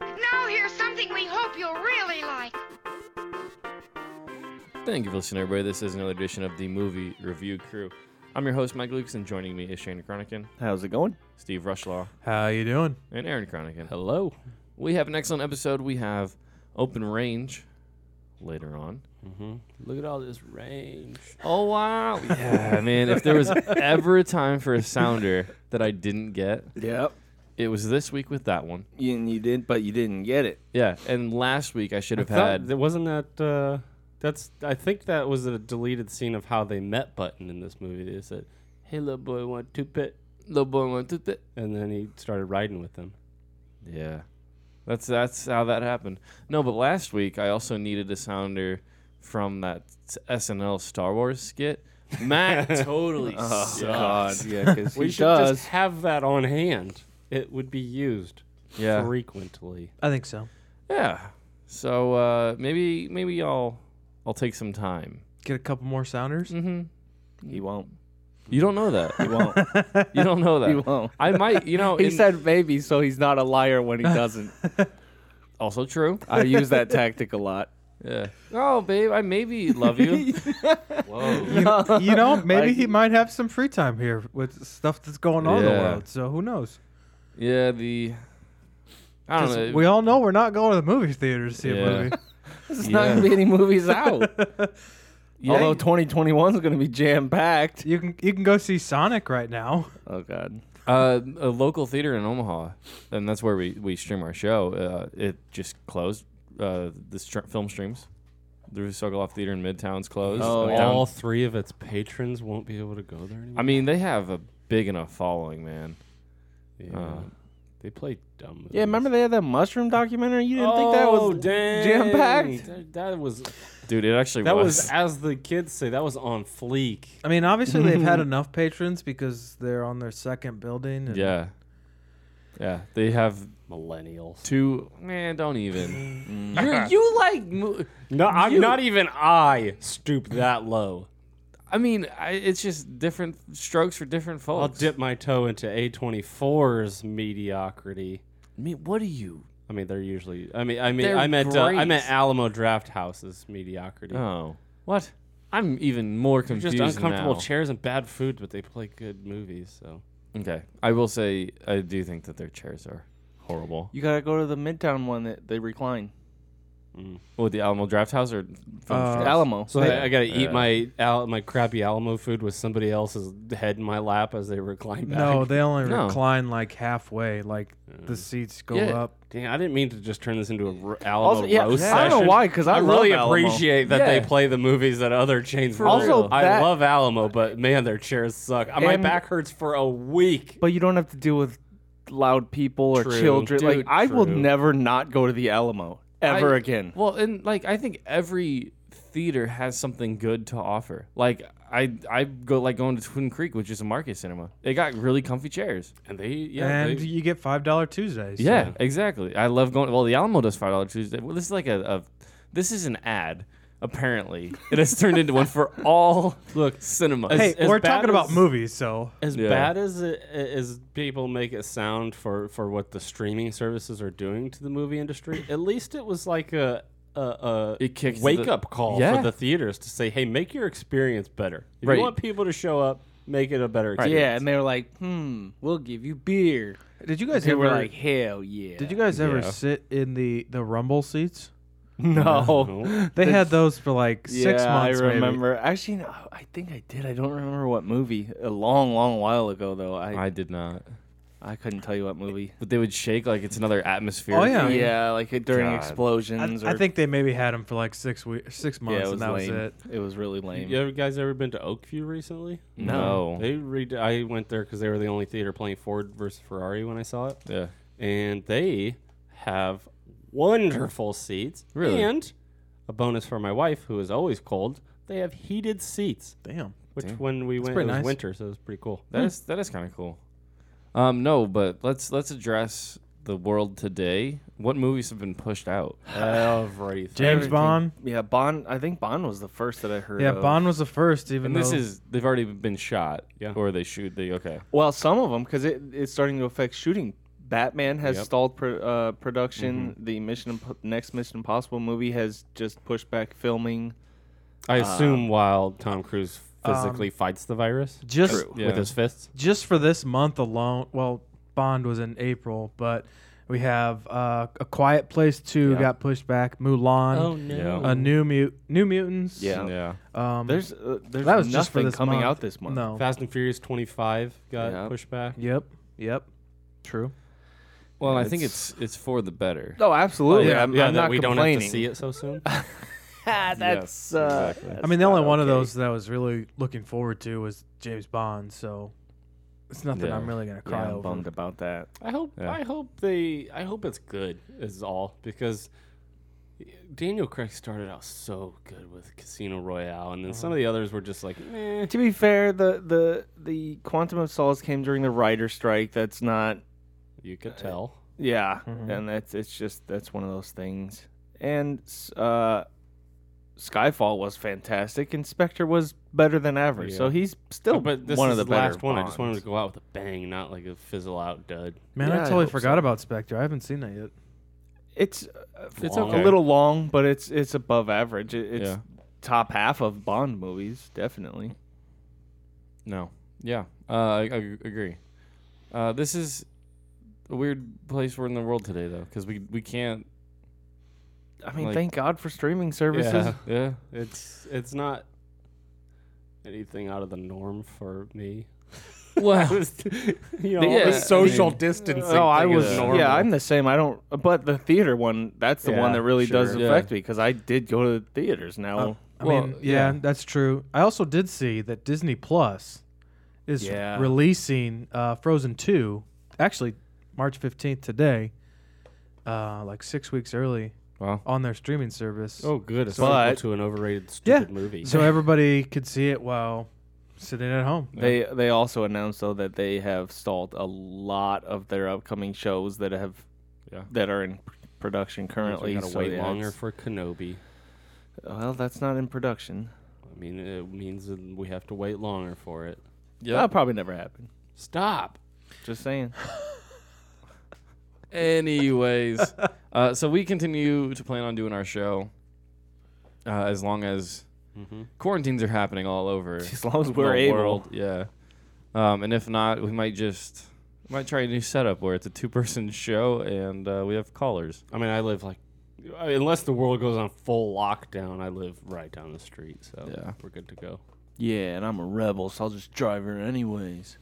Now here's something we hope you'll really like. Thank you for listening, everybody. This is another edition of the Movie Review Crew. I'm your host, Mike Lucas, and joining me is Shane Cronican, How's it going? Steve Rushlaw, How you doing? and Aaron Cronican. Hello. We have an excellent episode. We have Open Range later on. Mm-hmm. Look at all this range. Oh wow! Yeah, man. If there was ever a time for a sounder that I didn't get, Yep. it was this week with that one. You, and you did, but you didn't get it. Yeah, and last week I should have I thought had. that- wasn't that uh, that's I think that was a deleted scene of how they met button in this movie. They said, "Hey, little boy, want two pit?" Little boy wanted that. And then he started riding with them. Yeah. That's that's how that happened. No, but last week I also needed a sounder from that s- SNL Star Wars skit. Matt Oh, totally sucks. Oh, Yeah, because We he should does. just have that on hand. It would be used Yeah. frequently. I think so. Yeah. So uh, maybe maybe I'll I'll take some time. Get a couple more sounders. Mm-hmm. He won't. You don't know that. He won't. You don't know he that. won't. I might. You know. He in- said maybe, so he's not a liar when he doesn't. also true. I use that tactic a lot. Yeah. Oh, babe, I maybe love you. Whoa. You, you know, maybe Like- he might have some free time here with stuff that's going on in the Yeah. world. So who knows? Yeah. The. I don't 'Cause know. We all know we're not going to the movie theater to see Yeah. a movie. There's not going to be any movies out. Although 2021 is going to be jam packed. You can you can go see Sonic right now. Oh, God. Uh, a local theater in Omaha, and that's where we, we stream our show. Uh, it just closed. Uh, the str- film streams. The Sokoloff Theater in Midtown's closed. Oh, Uh, yeah. down- All three of its patrons won't be able to go there anymore. I mean, they have a big enough following, man. yeah. uh, they play dumb. Movies. Yeah, remember they had that mushroom documentary? You didn't think that oh, was jam dang. packed? That, that was Oh, Dude, it actually that was. was as the kids say that was on fleek. I mean, obviously they've had enough patrons because they're on their second building. And yeah. Yeah, they have Millennials. two. Man, don't even. You're, you like. Mo- No, I'm You- not even I stoop that low. I mean, I, it's just different strokes for different folks. I'll dip my toe into A24's mediocrity. I mean, what are you? I mean, they're usually. I mean, I mean, They're I meant uh, I great. meant Alamo Draft House's mediocrity. Oh, what? I'm even more They're confused. just uncomfortable now. chairs and bad food, but they play good movies. So Okay. I will say I do think that their chairs are horrible. You got to go to the Midtown one that they recline. Well, the Alamo Draft House or Uh, Alamo. so I, I gotta Oh. Yeah. eat my al- my crappy Alamo food with somebody else's head in my lap as they recline back. No, they only No. recline like halfway. Like the seats go Yeah. up. Dang, I didn't mean to just turn this into a r- Alamo Also, yeah, roast I don't know session. why, 'cause I love really Alamo. appreciate that Yeah. they play the movies that other chains. For also, real. I that- love Alamo, but man, their chairs suck. Uh, My And- back hurts for a week. But you don't have to deal with loud people or True. children. like Dude, I will true. never not go to the Alamo ever I- again. Well, and like I think every theater has something good to offer. Like I I go like going to Twin Creek, which is a market cinema. They got really comfy chairs. And they, yeah, and they- you get five dollar Tuesdays. Yeah, exactly. I love going. Well, the Alamo does five dollars Tuesday. Well, this is like a, a this is an ad. Apparently, it has turned into one for all Look, cinemas. Hey, As we're bad talking about as- movies, so as Yeah. bad as it, as people make it sound for for what the streaming services are doing to the movie industry, at least it was like a a, a It kicks the- wake up call Yeah. for the theaters to say, hey, make your experience better. If Right. you want people to show up, make it a better experience. Yeah, and they were like, "Hmm, we'll give you beer." did you guys They ever were like, "Hell yeah!" Did you guys ever Yeah. sit in the the rumble seats? No. No. They had those for like six Yeah, months. I maybe. remember. Actually, no, I think I did. I don't remember what movie. A long, long while ago, though. I I did not. I couldn't tell you what movie. But they would shake like it's another atmosphere. Oh, yeah. Yeah, like it- during God. explosions. I, I or- think they maybe had them for like six weeks, six yeah, months, it was and that lame. was it. was really lame. You ever, guys ever been to Oakview recently? No. They read. I went there because they were the only theater playing Ford versus Ferrari when I saw it, Yeah. and they have wonderful seats. Really? And a bonus for my wife, who is always cold. They have heated seats, Damn. which when we went, it was pretty nice. winter, so it was pretty cool. That is that is kind of cool. Um, no, but let's let's address the world today. What movies have been pushed out? Everything. James Bond. Yeah, Bond. I think Bond was the first that I heard. Yeah, of. Bond was the first, even And this though is they've already been shot, Yeah. Or they shoot. They okay. Well, some of them because it, it's starting to affect shooting. Batman has stalled pro, uh, production. Mm-hmm. The Mission Imp- next Mission Impossible movie has just pushed back filming. I Uh, assume while Tom Cruise um, physically fights the virus just Yeah. with his fists. just for this month alone. Well, Bond was in April, but we have uh, a Quiet Place Two got pushed back. Mulan. no. A new mut New Mutants. Yeah. Um, There's uh, there's that was nothing just for this coming month. out this month. No. Oh. Fast and Furious 25 got Yeah. pushed back. Yep. Yep. True. Well, I think it's it's for the better. No, Oh, Oh, absolutely. Oh, yeah, I'm, yeah, I'm that not we don't complaining. have to see it so soon. Ah, that's. uh, I mean, the only one of those that I was really looking forward to was James Bond, so it's nothing Yeah. I'm really gonna yeah, cry I'm over. bummed about that. I hope Yeah. I hope they I hope it's good is all because Daniel Craig started out so good with Casino Royale and then some of the others were just like eh. To be fair, the the the Quantum of Solace came during the writer strike. That's not. you Uh, could tell. Yeah, and that's it's just that's one of those things. And uh, Skyfall was fantastic. Inspector was better than average. So Yeah. he's still but this one is of the, the last better one. I just wanted Bonds. to go out with a bang, not like a fizzle out dud. Man, Yeah, I I totally hope forgot so. about Spectre. I haven't seen that yet. It's uh, It's long- okay. a little long, but it's it's above average. It, it's Yeah. top half of Bond movies, definitely. No. Yeah. Uh, I, I ag- agree. Uh, this is a weird place we're in the world today, though, because we we can't. I mean, Like- thank God for streaming services. Yeah. Yeah. It's it's not anything out of the norm for me. I Well, was, you know, all Yeah, the I social mean- distancing. Oh, I thing was is normal. yeah. I'm the same. I don't, but the theater one. That's the one Yeah, that really does sure. Yeah. affect me because I did go to the theaters. Oh, Now, Uh, I Well, mean, yeah, yeah. that's true. I also did see that Disney Plus is Yeah. releasing uh, Frozen Two, actually March 15th today, uh, like six weeks early Wow. on their streaming service. Oh, good. A But- sequel to an overrated stupid movie. So everybody could see it while sitting at home. they they also announced though that they have stalled a lot of their upcoming shows that have Yeah. that are in pr- production currently. gotta so, wait yeah, longer it's- for Kenobi. well, that's not in production. I mean, it means that we have to wait longer for it. That'll probably never happen. Stop. Just saying. Anyways, uh, so we continue to plan on doing our show uh, as long as Mm-hmm. quarantines are happening all over As long as we're the able. world. Yeah. Um, and if not, we might just might try a new setup where it's a two-person show and uh, we have callers. I mean, I live like, I- unless the world goes on full lockdown, I live right down the street, so Yeah. we're good to go. Yeah, and I'm a rebel, so I'll just drive her anyways.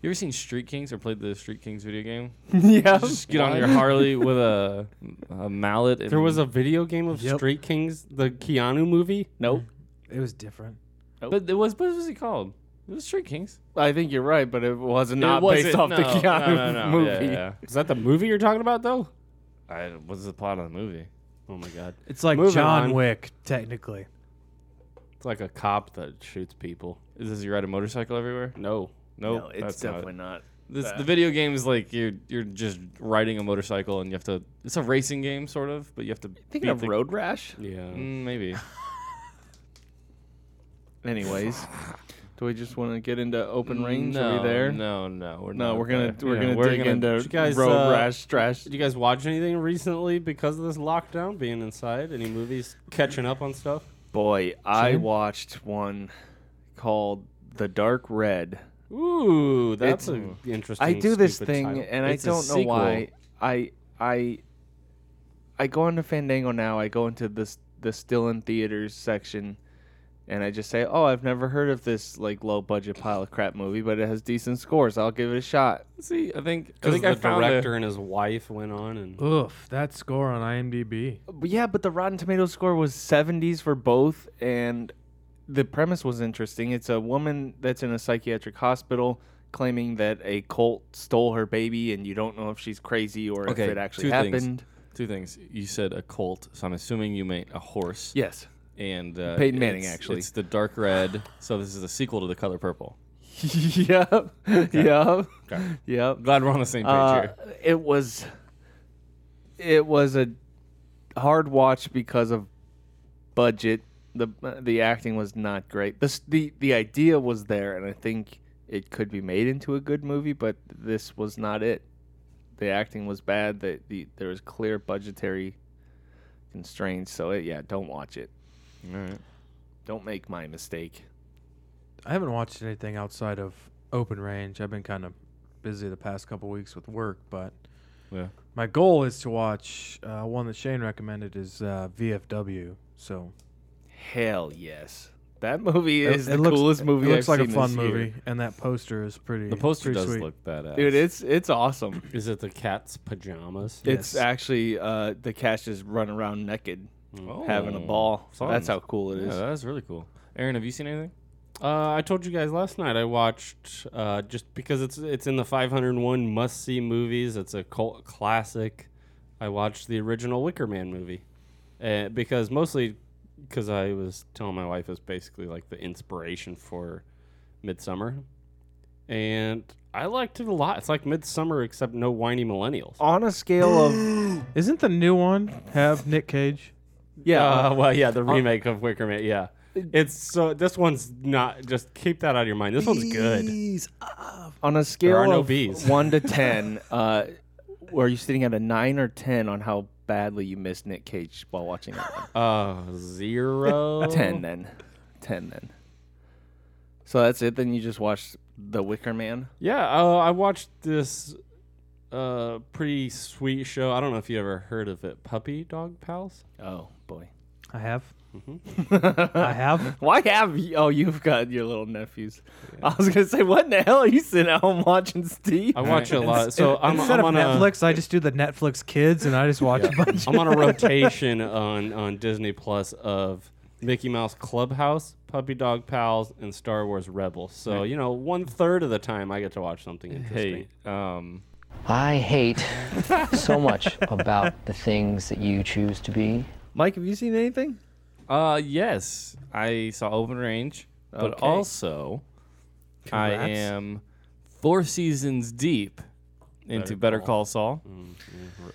You ever seen Street Kings or played the Street Kings video game? Oh, yeah. Just get on your Harley with a, a mallet. And There was a video game of Yep. Street Kings, the Keanu movie. Nope. It was different. but it was what was it called? It was Street Kings. I think you're right, but it was not It wasn't- based off the Oh, no, Keanu no, no, no, yeah, movie. yeah. Is that the movie you're talking about, though? I, what's the plot of the movie? Oh my god, It's like Moving John on. Wick, technically. it's like a cop that shoots people. Is this you ride a motorcycle everywhere? No, Nope, No, it's that's not it. definitely not. This, the video game is like you're you're just riding a motorcycle and you have to. It's a racing game sort of, but you have to. Thinking beat of the- Road Rash? yeah. Mm, maybe. Anyways, do we just want to get into open range? Are No, we there? No, no, we're No, not we're gonna there. we're Yeah, gonna dig into you guys, Road uh, Rash trash. Did you guys watch anything recently because of this lockdown being inside? Any movies catching up on stuff? Boy, I watched one called The Dark Red. Ooh, that's It's- an interesting. I do this stupid thing, title. and It's a I don't know sequel. why. I I I go into Fandango now. I go into this the still in theaters section, and I just say, "Oh, I've never heard of this like low budget pile of crap movie, but it has decent scores. I'll give it a shot." See, I think I Because think the I found director a, and his wife went on, and Oof, that score on IMDb. But yeah, but the Rotten Tomatoes score was 70s for both, and the premise was interesting. It's a woman that's in a psychiatric hospital claiming that a cult stole her baby, and you don't know if she's crazy or Okay, if it actually two things. happened. two things. You said a colt, so I'm assuming you meant a horse. Yes. and uh, Peyton Manning, it's- actually. it's the dark red. So this is the sequel to the color purple. yep. Yep. Yep. Glad we're on the same page Uh, here. it was it was a hard watch because of budget. the The acting was not great. The s- the the idea was there, and I think it could be made into a good movie, but this was not it. The acting was bad. The, the there was clear budgetary constraints. So it, yeah, don't watch it. Don't make my mistake. I haven't watched anything outside of Open Range. I've been kind of busy the past couple weeks with work, but Yeah. my goal is to watch uh, one that Shane recommended is uh, VFW. So Hell yes, that movie it, is it the looks, coolest movie. It looks I've like a seen fun this year. movie, and that poster is pretty. The poster pretty does sweet. look badass. dude. It's it's awesome. Is it the cat's pajamas? It's Yes. actually uh, the cats just run around naked, Oh. having a ball. Fun. That's how cool it Yeah, is. that was really cool. Aaron, have you seen anything? Uh, I told you guys last night I watched uh, just because it's it's in the 501 must see movies. It's a cult classic. I watched the original Wicker Man movie uh, because mostly because I was telling my wife it's basically like the inspiration for Midsummer, and I liked it a lot. It's like Midsummer except no whiny millennials. On a scale of Isn't the new one have Nick Cage? yeah, Uh, well, yeah, the remake of Wicker Man. Yeah, it's so this one's not. Just keep that out of your mind. This one's good. on a scale are no of bees. one to ten, uh, were you sitting at a nine or ten on how badly you missed Nick Cage while watching that? One? Uh, zero. Ten then, ten then. So that's it. Then you just watched The Wicker Man. Yeah, uh, I watched this uh, pretty sweet show. I don't know if you ever heard of it, Puppy Dog Pals. Oh boy, I have. Mm-hmm. I have. why have you? Oh, you've got your little nephews. I was gonna say, what in the hell are you sitting at home watching, Steve? I watch a lot, so I'm, Instead I'm on of Netflix, I just do the Netflix kids, and I just watch a bunch. a I'm on a rotation on on Disney Plus of Mickey Mouse Clubhouse, Puppy Dog Pals, and Star Wars Rebels. So you know, one third of the time I get to watch something interesting. Hey, um, I hate so much about the things that you choose to be. Mike, have you seen anything? uh, yes, I saw Open Range, but Okay. also I Congrats. am four seasons deep into Better Call, Saul.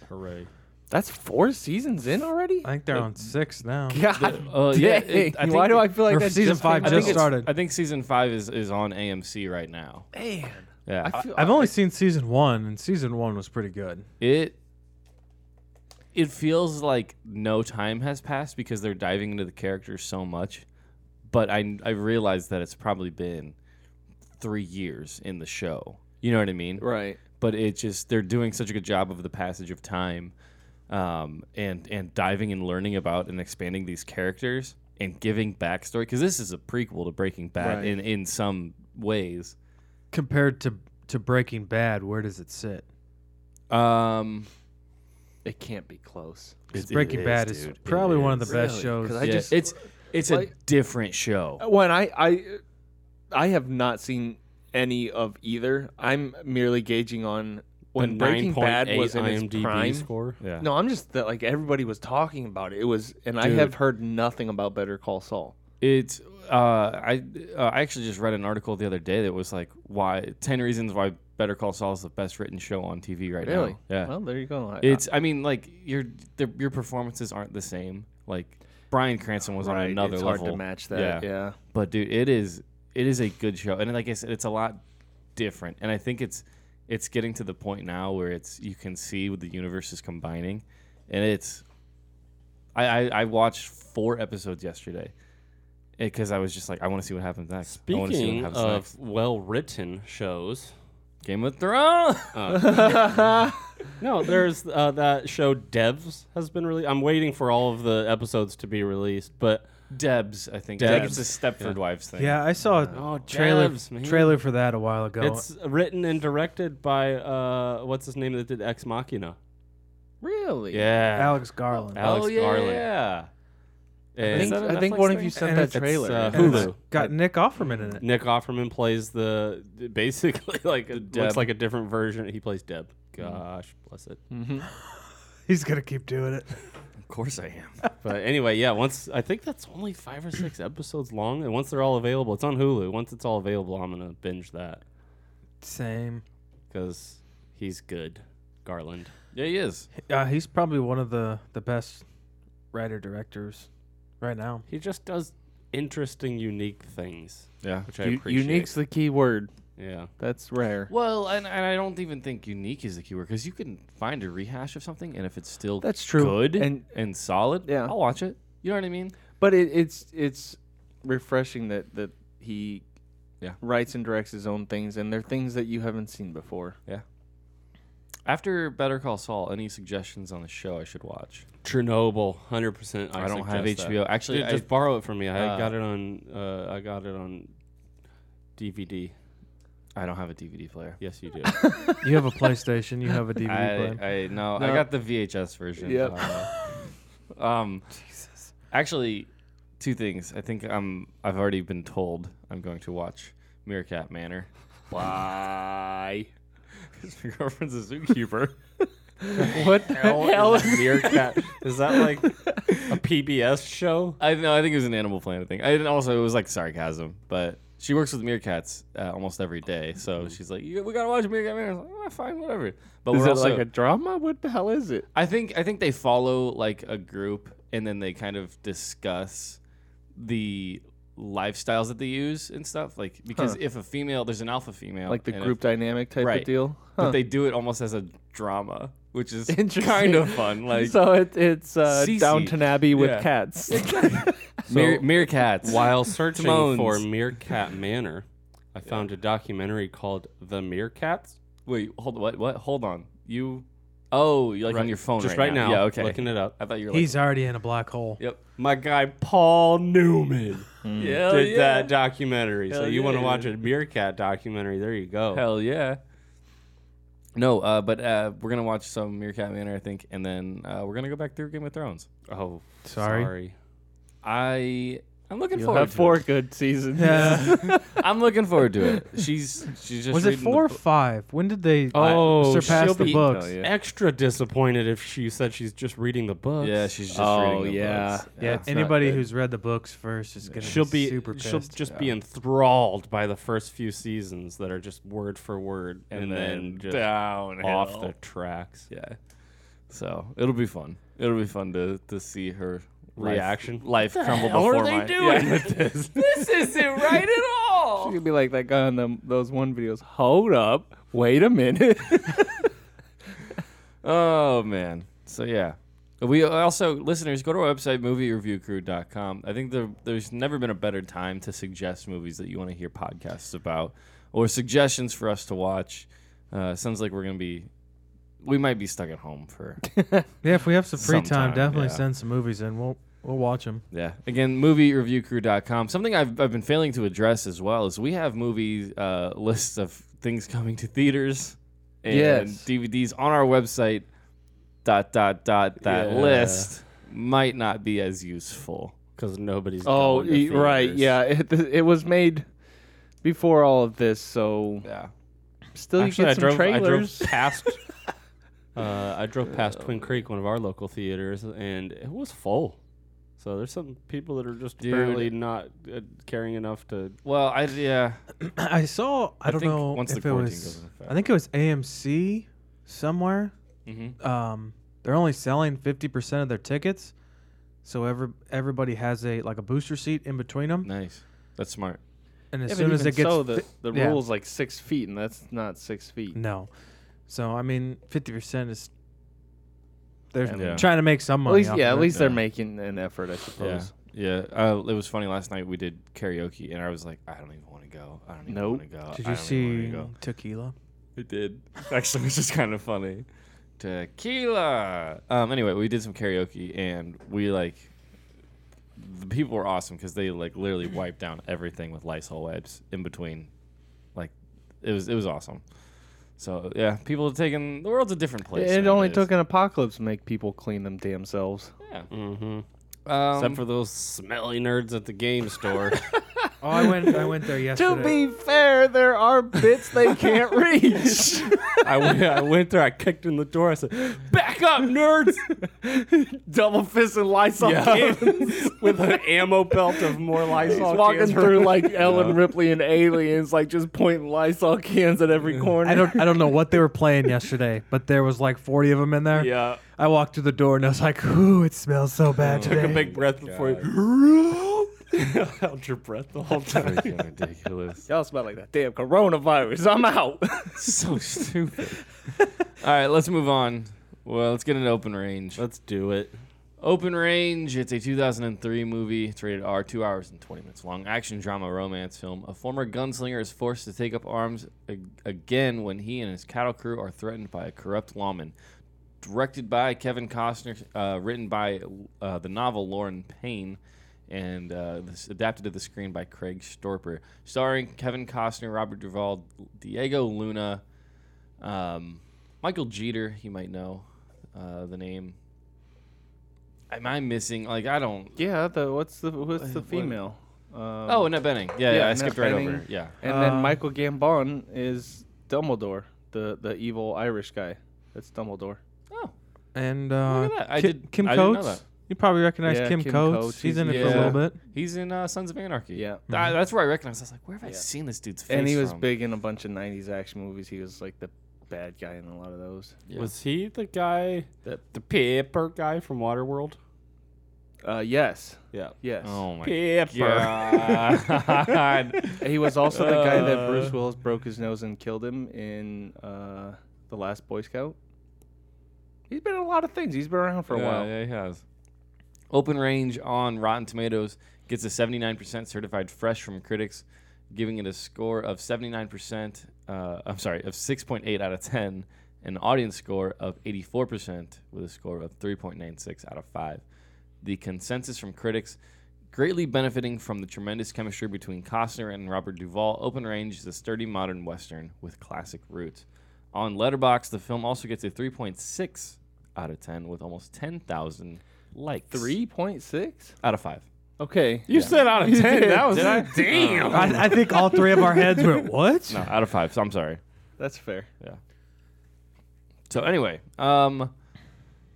Hooray! That's four seasons in already. I think they're on six now. God, Uh, yeah, dang. it- I think why do it- I feel like or that season just five came just out? started. I think season five is, is on AMC right now. Man, Yeah, I feel, I've only seen season one, and season one was pretty good. it it feels like no time has passed because they're diving into the characters so much but i i realize that it's probably been three years in the show you know what i mean right. but it just they're doing such a good job of the passage of time um, and and diving and learning about and expanding these characters and giving backstory because this is a prequel to breaking bad Right. in in some ways Compared to to Breaking Bad, where does it sit? um It can't be close. Because Breaking Bad is probably one of the best Really? shows. 'Cause I yeah, just- it's it's like- a different show Uh, When I I I have not seen any of either. I'm merely gauging on when Breaking Bad was in its prime. score. Yeah. No, I'm just that like everybody was talking about it. It was, and I Dude. have heard nothing about Better Call Saul. It's uh, I uh, I actually just read an article the other day that was like why ten reasons why Better Call Saul is the best written show on TV right now. Yeah. Well, there you go. I- it's I mean like your the, your performances aren't the same. Like Brian Cranston was on right, another it's level. hard to match that. Yeah. But dude, it is it is a good show, and like I said, it's a lot different. And I think it's it's getting to the point now where it's you can see what the universe is combining, and it's I I, I watched four episodes yesterday because I was just like I want to see what happens next. I wanna see what Speaking happens of next. well written shows, Game of Thrones, no, there's uh, that show Devs has been released. I'm waiting for all of the episodes to be released, but Debs, I think. Debs. I think it's a Stepford Wives thing. yeah, I saw a Oh, trailer Devs, man. trailer for that a while ago. it's written and directed by uh, what's his name that did Ex Machina? Really? Yeah, Alex Garland. Alex oh, yeah, Garland. Yeah. I And think, that a I think Netflix one of thing? you sent And that it's- trailer. uh, And it's Hulu. got Nick Offerman in it. Nick Offerman plays the basically like it Deb. looks like a different version. He plays Deb. Gosh, bless it. Mm-hmm. He's gonna keep doing it. Of course I am. But anyway, yeah. Once I think that's only five or six episodes long, and once they're all available, it's on Hulu. Once it's all available, I'm gonna binge that Same. because he's good, Garland. Yeah, he is. Uh, he's probably one of the the best writer directors right now. He just does interesting, unique things, Yeah. which I U- appreciate. unique's the key word. yeah. That's rare. Well, and, and I don't even think unique is the keyword because you can find a rehash of something, and if it's still That's true. good and, And- and solid, Yeah. I'll watch it. You know what I mean? But it, it's it's refreshing that that he Yeah. writes and directs his own things, and they're things that you haven't seen before. After Better Call Saul, any suggestions on the show I should watch? Chernobyl, hundred percent. I don't have suggest that. HBO. Actually, Dude, I- just borrow it from me. I Uh, got it on. Uh, I got it on DVD. I don't have a DVD player. Yes, you do. You have a PlayStation. You have a DVD player. I, I no, I No. got the VHS version. Yep. Uh, um, Actually, two things. I think I'm. I've already been told I'm going to watch Meerkat Manor. Why? My girlfriend's a zookeeper. What the hell, is meerkat? Is that like a PBS show? I know. I think it was an Animal Planet thing. I didn't also it was like sarcasm, but she works with meerkats uh, almost every day. So she's like, "Yeah, "We gotta watch Meerkat Manor." I was like, "Ah, fine, whatever. But Mm-hmm. Is we're it also, like a drama? What the hell is it? I think I think they follow like a group and then they kind of discuss the lifestyles that they use and stuff. Like because if a female, there's an alpha female, Like the and if- group dynamic type Right. of deal. but they do it almost as a drama, which is Interesting. kind of fun. Like so it, it's uh, Cece. Downton Abbey with Yeah. cats. Meer- meerkats. While searching for Timon's. Meerkat Manor, I found a documentary called The Meerkats. Wait, hold what? What? Hold on. You? Oh, you're like on your phone Just right, right now. Yeah, okay. Looking it up. I thought you were like. He's already in a black hole. yep. My guy Paul Newman Mm. Hell did yeah. that documentary. so Hell you want to yeah. watch a meerkat documentary? There you go. Hell yeah. No, uh, but uh, we're gonna watch some Meerkat Manor, I think, and then uh, we're gonna go back through Game of Thrones. Oh, Sorry. I I'm looking You'll forward have to four it. good seasons. I'm looking forward to it. She's she's just Was it reading the four or book. five? When did they Oh, surpass she'll the be- books? Oh, yeah. Extra disappointed if she said she's just reading the books. Yeah, she's just Oh, reading the yeah. books. Yeah, it's not anybody good. who's read the books first is gonna she'll be super pissed. she'll just be enthralled by the first few seasons that are just word for word and, then, just down off the tracks. yeah. So it'll be fun. It'll be fun to to see her life- Reaction? life, crumble hell are before they my doing yeah. with this? this isn't right at all. She could be like that guy on them, those one videos. Hold up. Wait a minute. Oh man. So yeah. We also listeners go to our website moviereviewcrew.com. I think there, there's never been a better time to suggest movies that you want to hear podcasts about or suggestions for us to watch. Uh, sounds like we're gonna be we might be stuck at home for yeah, if we have some free Sometime, time, definitely yeah. send some movies in. We'll we'll watch them. Yeah. Again, moviereviewcrew.com. Something I've, I've been failing to address as well is we have movie uh, lists of things coming to theaters and Yes. DVDs on our website. Dot, dot, dot. That Yeah. list might not be as useful. Because nobody's. oh, going to e- right. theaters. Yeah. It, it was made before all of this, so Yeah. still Actually, you I get some drove. trailers. I drove past. uh, I drove past Twin Creek, one of our local theaters, and it was full. So there's some people that are just Dude. apparently not uh, caring enough to. Well, I, yeah. I saw. I, don't think know once the if it quarantine was. goes into effect. I think it was AMC somewhere. Mhm. Um, they're only selling fifty percent of their tickets, so every everybody has a like a booster seat in between them. Nice. That's smart. And as Yeah, but soon as even it gets so, the, fi- the yeah. rule's like six feet, and that's not six feet. no, so I mean fifty percent is. They're Yeah. trying to make some money. At least, off yeah, of at it. least they're Yeah. making an effort, I Yeah. suppose. Yeah. Uh, it was funny. Last night we did karaoke, and I was like, I don't even want to go. I don't even Nope. want to go. Did I you don't even see wanna go." Tequila? It did. Actually, which is kind of funny. Tequila. Um. Anyway, we did some karaoke, and we like the people were awesome because they like literally wiped down everything with Lysol wipes in between. Like, it was it was awesome. So yeah, people are taking the world's a different place. It only nowadays. took an apocalypse to make people clean them damn selves. yeah. Mm-hmm. Um, Except for those smelly nerds at the game store. Oh, I went. I went there yesterday. to be fair, there are bits they can't reach. I went, I went there. I kicked in the door. I said, "Back up, nerds!" Double fist and Lysol cans. With an ammo belt of more He's Lysol walking cans. through like Ellen Ripley and aliens, like just pointing Lysol cans at every corner. I don't. I don't know what they were playing yesterday, but there was like 40 of them in there. Yeah. I walked through the door and I was like, "Ooh, it smells so bad Took a today." big breath Oh, before you held your breath the whole time. Freaking ridiculous. Y'all smell like that damn coronavirus. I'm out. so stupid. All right, let's move on. Well, let's get into open range. Let's do it. Open Range. It's a 2003 movie. It's rated R, two hours and 20 minutes long. Action drama romance film. A former gunslinger is forced to take up arms a- again when he and his cattle crew are threatened by a corrupt lawman. Directed by Kevin Costner. Uh, written by uh, the novel Lauren Payne. And uh, this adapted to the screen by Craig Storper. Starring Kevin Costner, Robert Duvall, Diego Luna, um, Michael Jeter. You might know uh, the name. Am I missing? Like I don't. Yeah, the what's the what's the female? Um, Oh, Annette Benning. Yeah, yeah. I Annette skipped right Bening. over. Yeah. and Uh, then Michael Gambon is Dumbledore, the the evil Irish guy. That's Dumbledore. Oh, and uh, Look at that. I Ki- did- Kim I didn't know Coates. that. You probably recognize Yeah, Kim, Kim Coates. Coates. He's in it He's- for a yeah. little bit. he's in uh, Sons of Anarchy. Yeah, Mm-hmm. Tha- that's where I recognized. I was like, where have I seen this dude's face? and he was from? big in a bunch of '90s action movies. He was like the bad guy in a lot of those. Yeah. Was he the guy, The- the paper guy from Waterworld? Uh, yes, Yeah. yes. Oh my god. God. He was also the guy Uh. that Bruce Willis broke his nose and killed him in uh, the Last Boy Scout. He's been in a lot of things. He's been around for a yeah, while. Yeah, he has. Open Range on Rotten Tomatoes gets a 79% certified fresh from critics, giving it a score of 79%. Uh, I'm sorry, of 6.8 out of 10, an audience score of 84% with a score of 3.96 out of 5. The consensus from critics. Greatly benefiting from the tremendous chemistry between Costner and Robert Duvall, Open Range is a sturdy modern western with classic roots. On Letterbox, the film also gets a 3.6 out of 10 with almost 10,000 likes. Three point six. out of 5. Okay. You said out of ten. did. That was Did I? damn. I, I think all three of our heads went, "What?" No, out of 5. So I'm sorry. That's fair. So anyway, um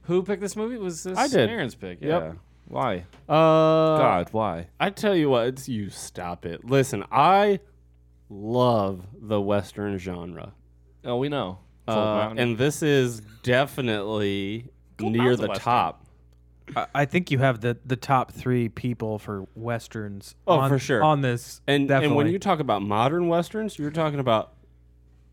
who picked this movie? Was this I did. Aaron's pick? Yeah. Yep. Why? Uh, God, why? I tell you what, it's you stop it. Listen, I love the western genre, Oh, we know. Cold uh, Mountain. and this is definitely near Mountain's the a western. top. I, I think you have the the top three people for westerns. Oh, on, for sure. On this, And definitely. and when you talk about modern westerns, you're talking about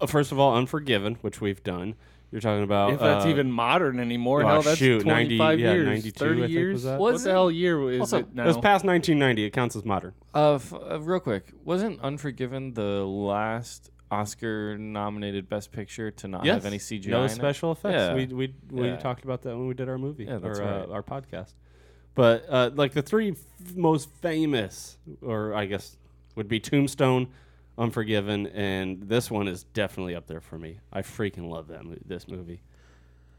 uh, first of all Unforgiven, which we've done. You're talking about If that's uh, even modern anymore, oh, hell, that's shoot, 90 25 yeah, years, 92, I 30 think, years. was that? What Was the it- hell year is Also, it It now? was past 1990. It counts as modern. Uh, f- uh, real quick, wasn't Unforgiven the last Oscar-nominated Best Picture to not have any CGI? No in it? special effects. Yeah. We we we Yeah. talked about that when we did our movie Yeah, that's or right. uh, our podcast. But uh, like the three f- most famous, or I guess would be Tombstone, Unforgiven, and this one is definitely up there for me. I freaking love that mo- this movie.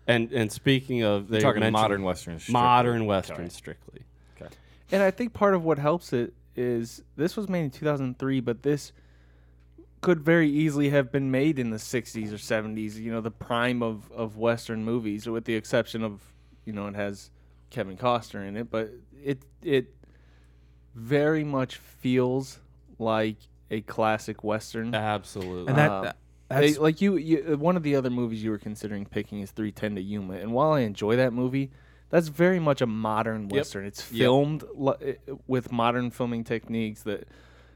And and speaking of, they talking mentioned modern westerns, strictly. modern western strictly. And I think part of what helps it is this was made in 2003, but this could very easily have been made in the 60s or 70s, you know, the prime of, of Western movies, with the exception of, you know, it has Kevin Costner in it, but it it very much feels like a classic Western. Absolutely. and that uh, that's They- like you, you, uh, one of the other movies you were considering picking is 310 to Yuma, and while I enjoy that movie, that's very much a modern western. It's filmed li- with modern filming techniques. That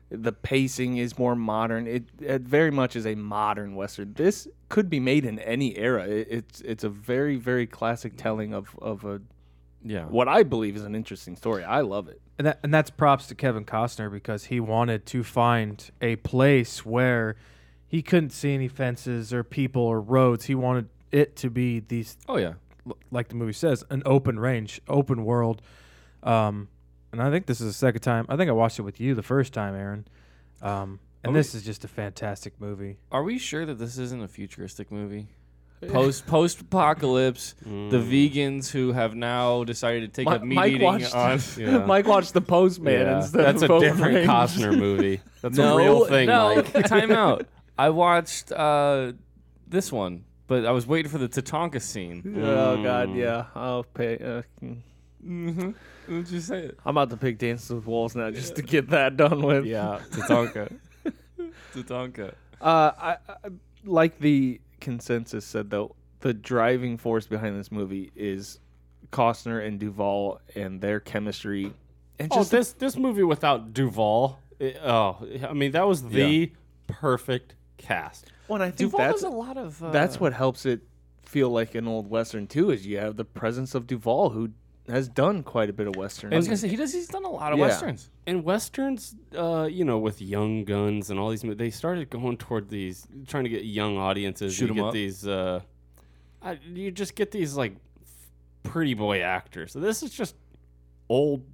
the pacing is more modern. It, it very much is a modern western. This could be made in any era. It, it's it's a very very classic telling of of a Yeah. what I believe is an interesting story. I love it. And, that, and that's props to Kevin Costner because he wanted to find a place where he couldn't see any fences or people or roads. He wanted it to be these, Oh yeah. like the movie says, an open range, open world. Um, and I think this is the second time. I think I watched it with you the first time, Aaron. Oh, Um, and this is just a fantastic movie. Are we sure that this isn't a futuristic movie? post post apocalypse, the vegans who have now decided to take Mi- up meat Mike eating watched- on. Yeah. Mike watched the Postman Yeah. instead of That's a Vote different Rangers. Costner movie. That's no, a real thing, no, Mike. time out. I watched uh, this one, but I was waiting for the Tatanka scene. Oh Mm. God, yeah. I'll pay. Uh, mm. Did you say it? I'm about to pick Dances with Wolves now just to get that done with. Yeah, Tatanka. Tatanka. Uh, I, I like the consensus said though. The driving force behind this movie is Costner and Duvall and their chemistry. And Oh, just this this movie without Duvall. it- oh, I mean that was the perfect cast. one, I think Duval that's does a lot of. Uh, that's what helps it feel like an old western too. Is you have Uh, the presence of Duvall who has done quite a bit of western. I was gonna say. He does. He's done a lot of Yeah. westerns. And westerns, uh, you know, with Young Guns and all these, mo- they started going toward these, trying to get young audiences. Shoot you 'em get up. these, uh, I, you just get these like pretty boy actors. So this is just old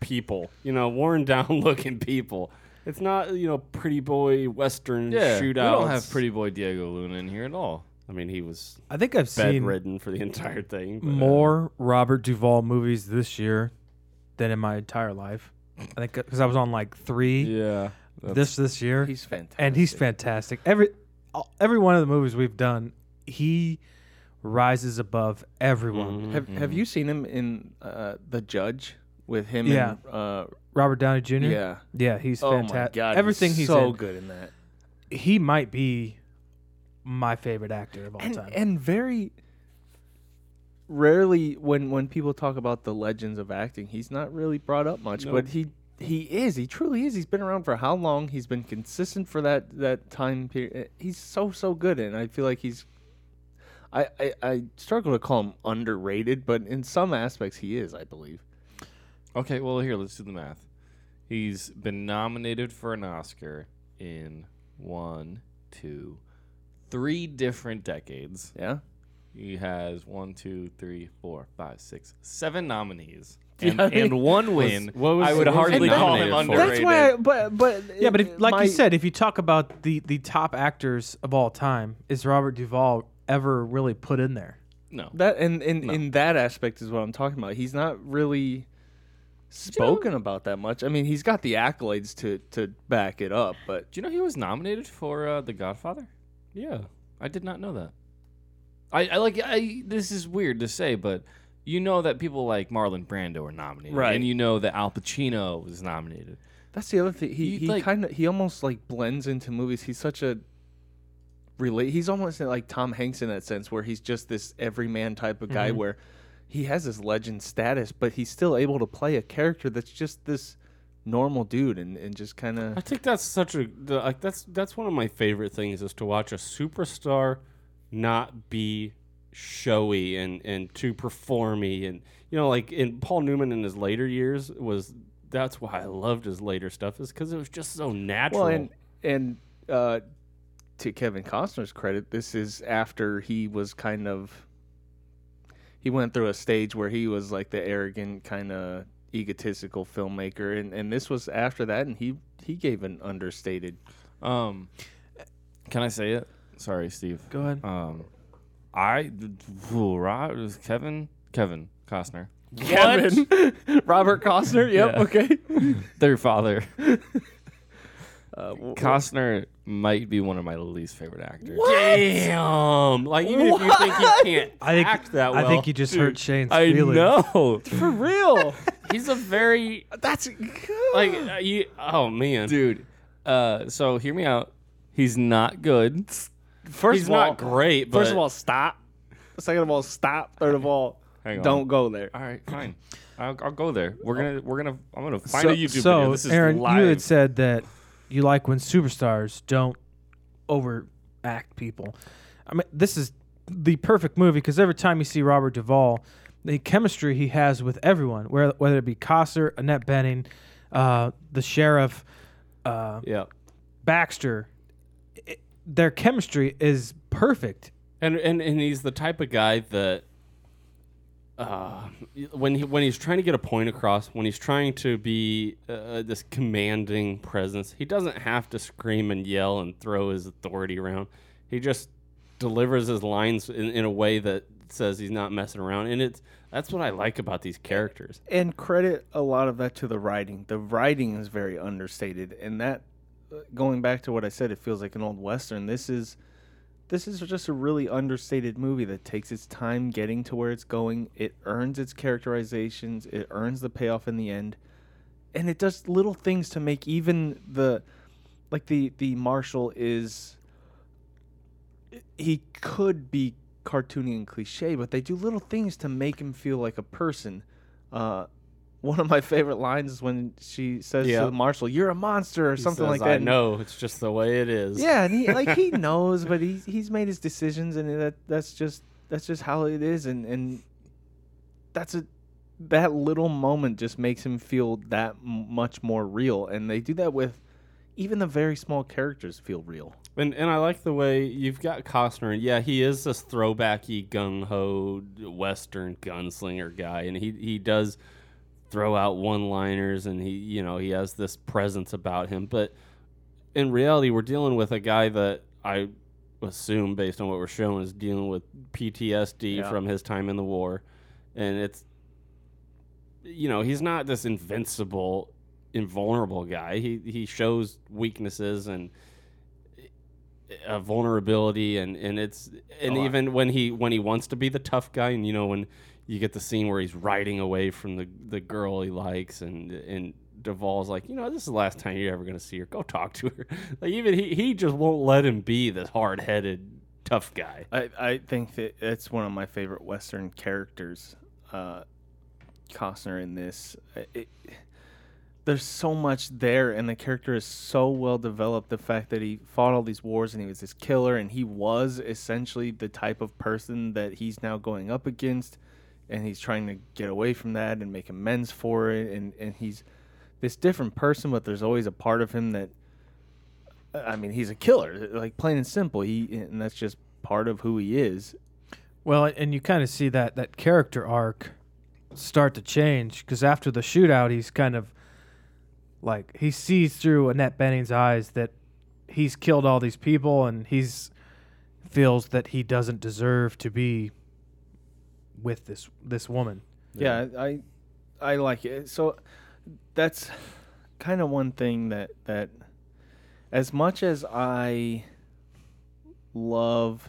people, you know, worn down looking people. It's not you know pretty boy western Yeah, shootout. we don't have Pretty Boy Diego Luna in here at all. I mean, he was I think I've seen bedridden for the entire thing. but, uh, more Robert Duvall movies this year than in my entire life. I think because I was on like three Yeah. this this year, he's fantastic. and he's fantastic. Every all- every one of the movies we've done, he rises above everyone. Have Have you seen him in uh, The Judge with him? Yeah. And, uh, Robert Downey Jr. yeah. yeah, he's Oh fantastic. my God. Everything he's, he's, so in, good in that. he might be my favorite actor of all and, time. and very rarely when when people talk about the legends of acting he's not really brought up much but he he is he truly is he's been around for how long he's been consistent for that that time period he's so so good and i feel like he's I, I, I struggle to call him underrated, but in some aspects he is, I believe. Okay, well, here, let's do the math. He's been nominated for an Oscar in one, two, three different decades. Yeah. He has one, two, three, four, five, six, seven nominees. And, Yeah, I and mean- one win. what was- I would what was he hardly call him nominated for? underrated. That's why I, but but yeah, but if, like my- you said, if you talk about the the top actors of all time, is Robert Duvall ever really put in there? no. that and in, in that aspect is what I'm talking about. He's not really spoken about that much. I mean, he's got the accolades to to back it up, but Do you know he was nominated for uh, The Godfather? Yeah. I did not know that. I, I like I this is weird to say, but you know that people like Marlon Brando are nominated, Right. And you know that Al Pacino was nominated. that's the other thing. He You, he like- kind of he almost like blends into movies. He's such a relate. He's almost like Tom Hanks in that sense, where he's just this everyman type of Mm-hmm. guy, where he has this legend status, but he's still able to play a character that's just this normal dude and, and just kind of I think that's such a the, like that's that's one of my favorite things is to watch a superstar not be showy and and too performy and you know like in Paul Newman in his later years was that's why I loved his later stuff is because it was just so natural. Well, and and uh, to Kevin Costner's credit, this is after he was kind of he went through a stage where he was like the arrogant kind of egotistical filmmaker, and and this was after that, and he he gave an understated. Um, can I say it? Sorry, Steve. Go ahead. Um, I ooh, Rob, Kevin Kevin Costner, Kevin Robert Costner. Yep. Yeah. Okay. their father. Uh, Costner might be one of my least favorite actors. damn, like even if you think he can't I think act that well, I think you just hurt Shane's I feelings. know, For real. he's a very That's like uh, you. Oh man, dude. Uh, so hear me out. He's not good. First he's of all, not great. But First of all, stop. Second of all, stop. Third of all, Hang on. don't go there. All right, fine. I'll, I'll go there. We're gonna we're gonna I'm gonna find so, a YouTube so, video. This is Aaron, live. you had said that you like when superstars don't overact people. I mean, this is the perfect movie because every time you see Robert Duvall, the chemistry he has with everyone, where, whether it be Costner, Annette Benning, uh, the sheriff, uh, yeah. Baxter, it, their chemistry is perfect. and and and he's the type of guy that uh, when he when he's trying to get a point across, when he's trying to be uh, this commanding presence, he doesn't have to scream and yell and throw his authority around. He just delivers his lines in, in a way that says he's not messing around, and it's that's what I like about these characters. and credit a lot of that to the writing. The writing is very understated, and that uh, going back to what I said, it feels like an old western. This is this is just a really understated movie that takes its time getting to where it's going. It earns its characterizations, it earns the payoff in the end, and it does little things to make even the like the the marshal is he could be cartoony and cliche, but they do little things to make him feel like a person. Uh, one of my favorite lines is when she says Yeah. to the marshal, "You're a monster" or something Says, like that. I know it's just the way it is. Yeah, and he like he knows, but he's he's made his decisions, and that that's just that's just how it is, and and that's a that little moment just makes him feel that m- much more real, and they do that with even the very small characters feel real. And and I like the way you've got Costner. and Yeah, he is this throwbacky gung ho western gunslinger guy, and he he does throw out one liners, and he you know he has this presence about him. But in reality, we're dealing with a guy that I assume, based on what we're shown, is dealing with PTSD from his time in the war, and it's you know he's not this invincible, invulnerable guy. He he shows weaknesses and a vulnerability and and it's and Oh, even when he when he wants to be the tough guy and you know when you get the scene where he's riding away from the the girl he likes and and Duvall's like you know this is the last time you're ever gonna see her go talk to her like even he he just won't let him be this hard headed tough guy I, I think that it's one of my favorite Western characters, uh, Costner in this. I- It, there's so much there, and the character is so well developed. The fact that he fought all these wars and he was this killer, and he was essentially the type of person that he's now going up against, and he's trying to get away from that and make amends for it. And, and he's this different person, but there's always a part of him that I mean, he's a killer, like plain and simple. He and that's just part of who he is. Well, and you kind of see that that character arc start to change because after the shootout, he's kind of like he sees through Annette Benning's eyes that he's killed all these people, and he's feels that he doesn't deserve to be with this this woman. Yeah, I I like it. So that's kind of one thing that that as much as I love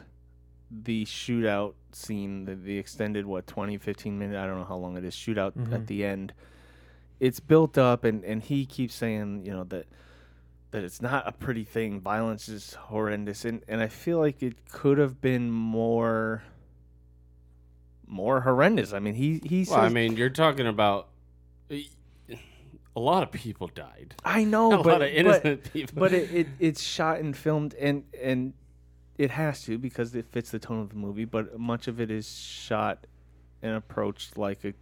the shootout scene, the, the extended what 20 15 minute, I don't know how long it is shootout at the end. It's built up and and he keeps saying, you know, that that it's not a pretty thing. Violence is horrendous and and I feel like it could have been more more horrendous. I mean, he he well I says- mean you're talking about a lot of people died I know, a but lot of but- innocent people but it, it it's shot and filmed and and it has to because it fits the tone of the movie but much of it is shot and approached like a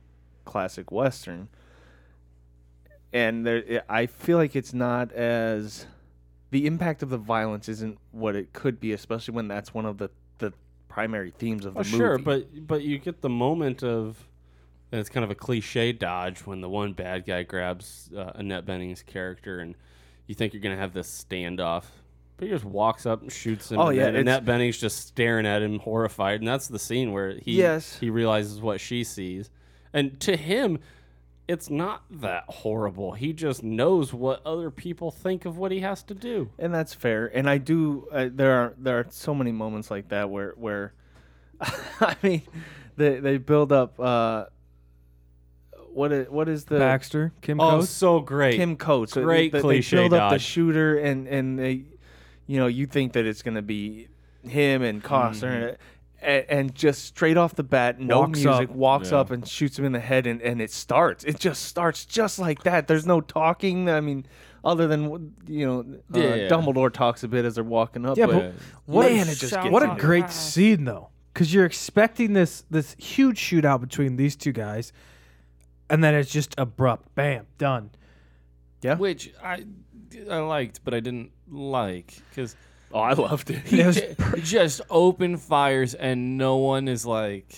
classic western and there i feel like it's not as the impact of the violence isn't what it could be especially when that's one of the the primary themes of the Oh, movie sure, but but you get the moment of and it's kind of a cliche dodge when the one bad guy grabs uh, Annette Benning's character, and you think you're gonna have this standoff, but he just walks up and shoots him. Oh, and yeah, then it's- Annette Benning's just staring at him, horrified, and that's the scene where he Yes. he realizes what she sees, and to him. It's not that horrible. He just knows what other people think of what he has to do. and that's fair. And I do. Uh, there are there are so many moments like that where where, I mean, they they build up. Uh, what is what is the Baxter, Kim Oh, Coates. so great. Kim Coates? So Great they, cliche They build up the dodge. shooter and and they, you know, you think that it's gonna be him and Mm-hmm. Costner. and And, and just straight off the bat, no Walks music, up. walks up and shoots him in the head, and, and it starts. It just starts just like that. There's no talking. I mean, other than you know, uh, Yeah. Dumbledore talks a bit as they're walking up. Yeah, but- but what, Man, it just gets what in a there. great scene though, because you're expecting this this huge shootout between these two guys, and then it's just abrupt, bam, done. which I I liked, but I didn't like because Oh, I loved it. he ju- just open fires and no one is like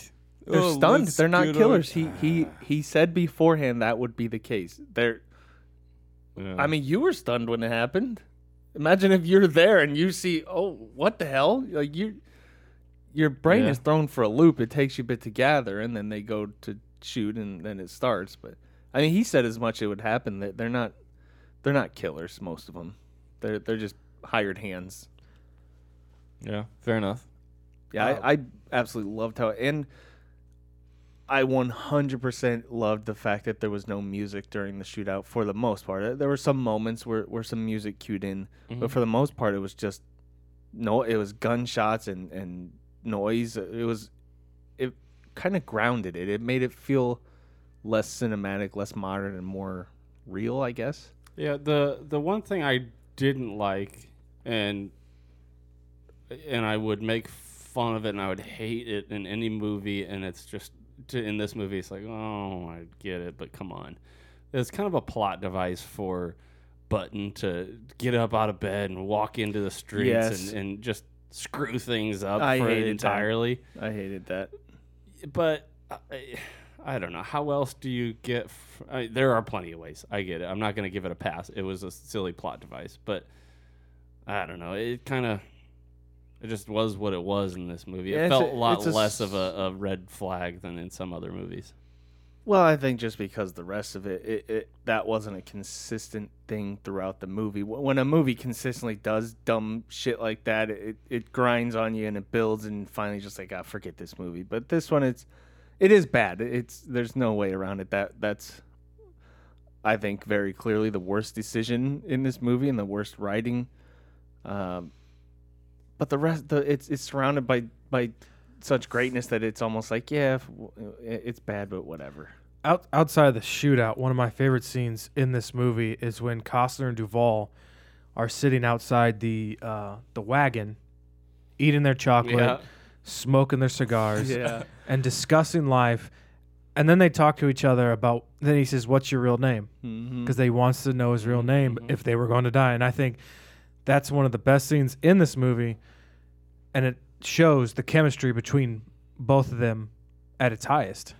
they're "Oh, stunned. let's They're not get our-" killers. He he he said beforehand that would be the case. They're Yeah. I mean, you were stunned when it happened. Imagine if you're there and you see, oh, what the hell? Like you your brain Yeah. is thrown for a loop. It takes you a bit to gather, and then they go to shoot, and then it starts. But I mean, he said as much it would happen that they're not they're not killers. Most of them, they're they're just hired hands. Yeah, fair enough. Yeah, I, I absolutely loved how and I 100% loved the fact that there was no music during the shootout for the most part. Uh, There were some moments where, where some music cued in, but for the most part it was just no it was gunshots and and noise. It was it kind of grounded it. It made it feel less cinematic, less modern and more real, I guess. Yeah, the the one thing I didn't like and and I would make fun of it and I would hate it in any movie and it's just to, in this movie it's like, "Oh, I get it, but come on." It's kind of a plot device for Button to get up out of bed and walk into the streets Yes. and, and just screw things up I for hated that. entirely I hated that. but uh, I, I don't know how else do you get. F- I, there are plenty of ways. I get it. I'm not going to give it a pass. It was a silly plot device, but I don't know. It kind of it just was what it was in this movie. Yeah, it it's felt a- a lot it's a less s- of a, a red flag than in some other movies. Well, I think just because the rest of it, it, it that wasn't a consistent thing throughout the movie. Wh- When a movie consistently does dumb shit like that, it, it grinds on you and it builds, and finally just like, ah, forget this movie. But this one, it's it is bad. It's there's no way around it. That that's I think very clearly the worst decision in this movie and the worst writing. Um, but the rest, the it's it's surrounded by by such greatness that it's almost like yeah, if- it- it's bad, but whatever. Out, outside of the shootout, one of my favorite scenes in this movie is when Costner and Duvall are sitting outside the uh, the wagon, eating their chocolate, Yeah. smoking their cigars, Yeah. and discussing life. And then they talk to each other about. Then he says, "What's your real name?" Because they wants to know his real name if they were going to die. And I think that's one of the best scenes in this movie, and it shows the chemistry between both of them at its highest.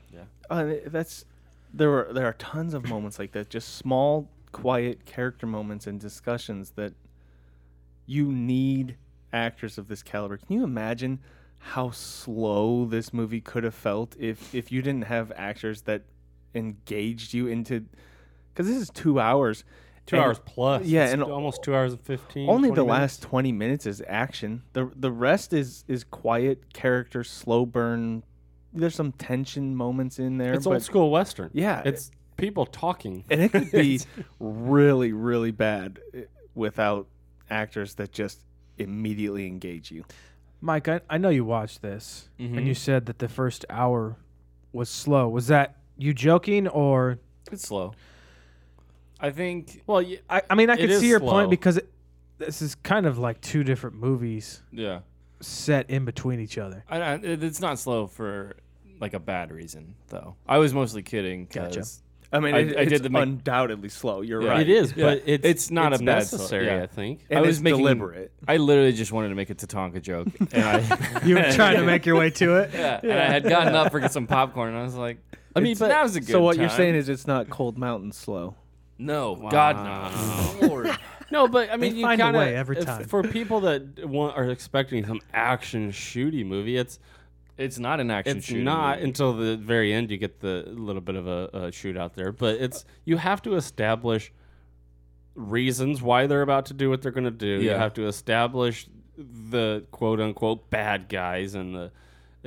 Uh, th- that's there were there are tons of moments like that, just small, quiet character moments and discussions that you need actors of this caliber. Can you imagine how slow this movie could have felt if if you didn't have actors that engaged you into because this is two hours, Two and- hours plus. yeah, It's and almost two hours and fifteen. only 20 the minutes. last 20 minutes is action the the rest is is quiet character slow burn there's some tension moments in there It's but, old school western. Yeah. it's people talking. and it could be really really bad eh, without actors that just immediately engage you Mike, I, I know you watched this and Mm-hmm. you said that the first hour was slow. Was that you joking or It's slow. I think. Well, y- I, I mean I It could is see your slow. point because it, this is kind of like two different movies Yeah. set in between each other. I, I, it- it's not slow for like a bad reason, though. I was mostly kidding. Gotcha. 'cause- i mean I- it- I it's did the ma- undoubtedly slow you're Yeah. right it is, Yeah. but it's It's not a bad slow- necessary. yeah. I think. and I was it's making- deliberate I literally just wanted to make a Tatanka joke, and I You were trying to make your way to it. yeah, and I had gotten up for some popcorn, and I was like, I mean, It's- but that was a good. so what you're time. saying is it's not cold mountain slow no, God, no, Lord. No, but I mean, you find a kinda, way every if- time. For people that want, are expecting some action shooty movie, it's it's not an action. it's shooter not movie. until the very end you get the little bit of a, a shootout there. But it's you have to establish reasons why they're about to do what they're going to do. You Yeah. have to establish the quote unquote bad guys and the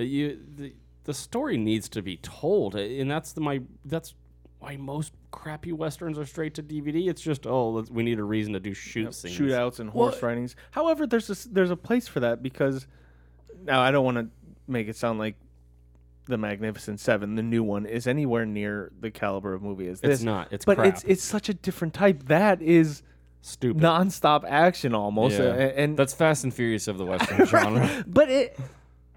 you the, the story needs to be told, and that's the my that's why most crappy westerns are straight to DVD. It's just oh let's, we need a reason to do shoot scenes. shootouts and horse ridings. However, there's a, s- there's a place for that because now I don't want to make it sound like the Magnificent Seven, the new one, is anywhere near the caliber of movie as this. not. It's but crap. it's it's such a different type. That is Stupid. nonstop action almost, Yeah. a- a- and That's Fast and Furious of the Western genre. but it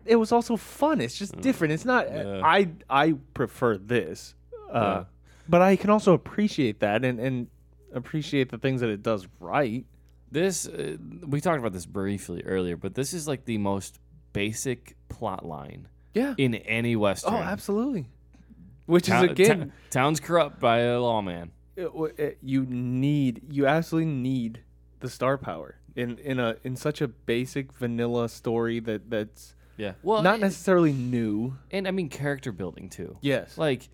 it was also fun. It's Mm. just different. It's not. I I prefer this, uh, but I can also appreciate that and and appreciate the things that it does right. This uh, we talked about this briefly earlier, but this is like the most basic plot line Yeah. in any western. Oh, absolutely. Which Town- is again, to- town's corrupt by a lawman. it w- it- you need, you absolutely need the star power in in a in such a basic vanilla story that that's Yeah. Well, not it- necessarily new. and I mean character building too. Yes. Like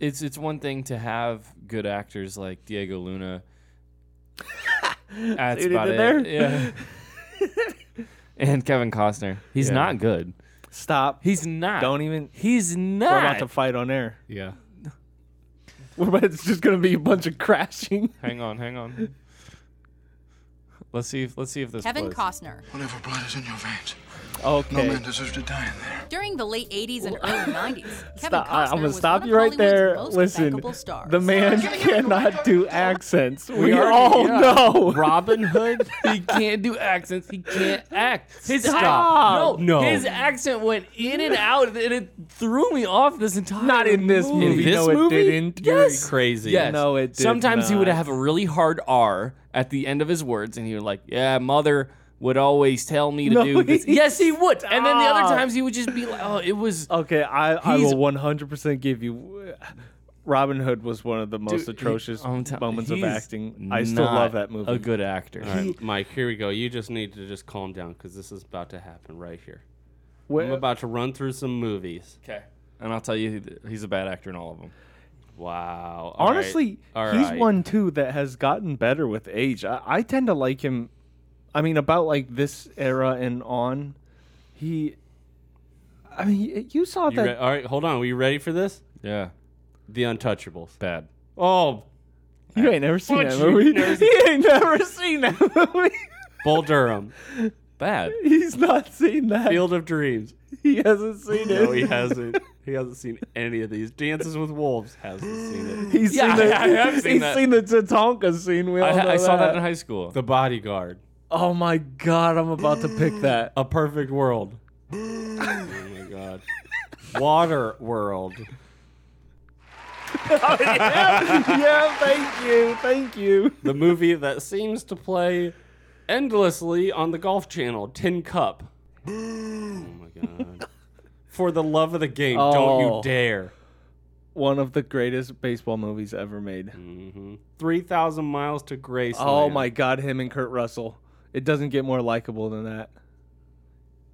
it's it's one thing to have good actors like Diego Luna. That's See what about he it. did Yeah. and Kevin Costner. He's not good. Stop. He's not. Don't even. He's We're about not. to fight on air. Yeah. We're about, it's just gonna be a bunch of crashing. hang on, hang on. Let's see if let's see if this Kevin plays. Costner. Whatever blood is in your veins, no Okay. man deserves to die in there. During the late 80s and early 90s, Kevin Stop. I, Costner am gonna was stop one you of right there. Hollywood's most Listen, bankable stars. the man cannot do accents. We, are- all yeah. know. Robin Hood, he can't do accents. He can't act. His Stop. ac- No. no, his accent went in and out, and it threw me off this entire. Not in this movie. In this No, it movie, didn't. You're Yes. crazy. Yes. No, it did Sometimes he would not. have a really hard R at the end of his words, and he would like, "Yeah, mother." Would always tell me to No, do this. he- Yes, he would. And then the other Stop. times he would just be like, "Oh, it was." Okay, I, I He's- will 100% give you. Robin Hood was one of the most Dude, atrocious I'm tell- moments of he's acting. I still love not that movie. A good actor. All right, Mike, here we go. You just need to just calm down because this is about to happen right here. I'm Well- about to run through some movies. Okay. And I'll tell you, he's a bad actor in all of them. Wow. All right. Honestly, All he's right. one too that has gotten better with age. I, I tend to like him. I mean, about like this era and on, he. I mean, you saw You that. re- all right, hold on. Were you ready for this? Yeah. The Untouchables. Bad. Oh, you ain't never seen What, that you movie. never He ain't never seen that movie. Bull Durham. Bad. He's not seen that. Field of Dreams. He hasn't seen it. No, he hasn't. He hasn't seen any of these. Dances with Wolves hasn't seen it. He's Yeah, seen the, I have seen he's that. seen the Tatanka scene. We all know I, I saw that that in high school. The Bodyguard. Oh my god, I'm about to pick that. A Perfect World. oh my God. Water World. yeah, thank you, thank you. The movie that seems to play endlessly on the Golf Channel. Tin Cup. oh my God. For the love of the game, don't Oh. you dare. One of the greatest baseball movies ever made. hmm 3,000 Miles to Graceland. Oh my god, him and Kurt Russell. It doesn't get more likable than that.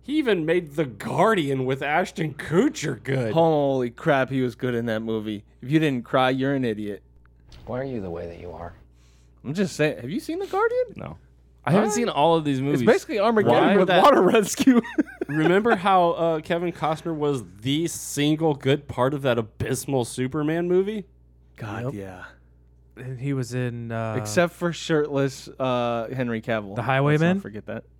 He even made The Guardian with Ashton Kutcher good. Holy crap, he was good in that movie. If you didn't cry, you're an idiot. Why are you the way that you are? I'm just saying. Have you seen The Guardian? No. I haven't seen all of these movies. It's basically Armageddon Why with that- water rescue. Remember how uh, Kevin Costner was the single good part of that abysmal Superman movie? god, yeah. And he was in uh, Except for shirtless uh, Henry Cavill. The Highwayman? Let's not forget that. Oh,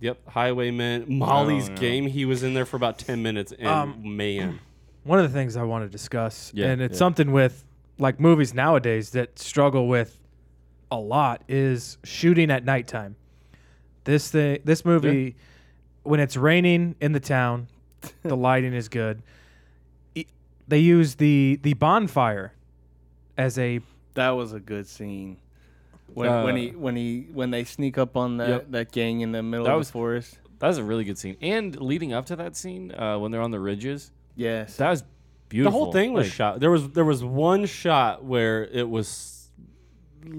Yep, Highwaymen, Molly's yeah. Game. He was in there for about ten minutes, and Um, man, one of the things I want to discuss, Yeah, and it's yeah. something with like movies nowadays that struggle with a lot is shooting at nighttime. This thing, this movie, when it's raining in the town, the lighting is good. E- They use the the bonfire as a That was a good scene. When, when he when he when they sneak up on that, Uh, Yep. that gang in the middle That of was- the forest. That was a really good scene. And leading up to that scene, uh, when they're on the ridges, Yes. that was the beautiful. whole thing was Like, shot. There was there was one shot where it was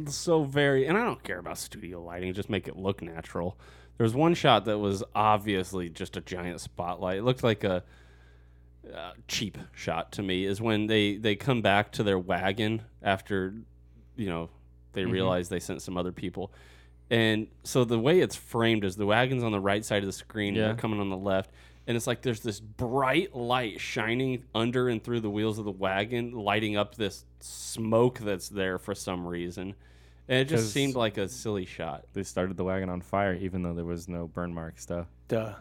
so very, and I don't care about studio lighting. Just make it look natural. There was one shot that was obviously just a giant spotlight. It looked like a uh, cheap shot to me. Is when they they come back to their wagon after you know they realize they sent some other people. And so the way it's framed is the wagon's on the right side of the screen, Yeah. they're coming on the left, and it's like there's this bright light shining under and through the wheels of the wagon, lighting up this smoke that's there for some reason. And it 'Cause- just seemed like a silly shot. They started the wagon on fire, even though there was no burn marks. Stuff. Duh.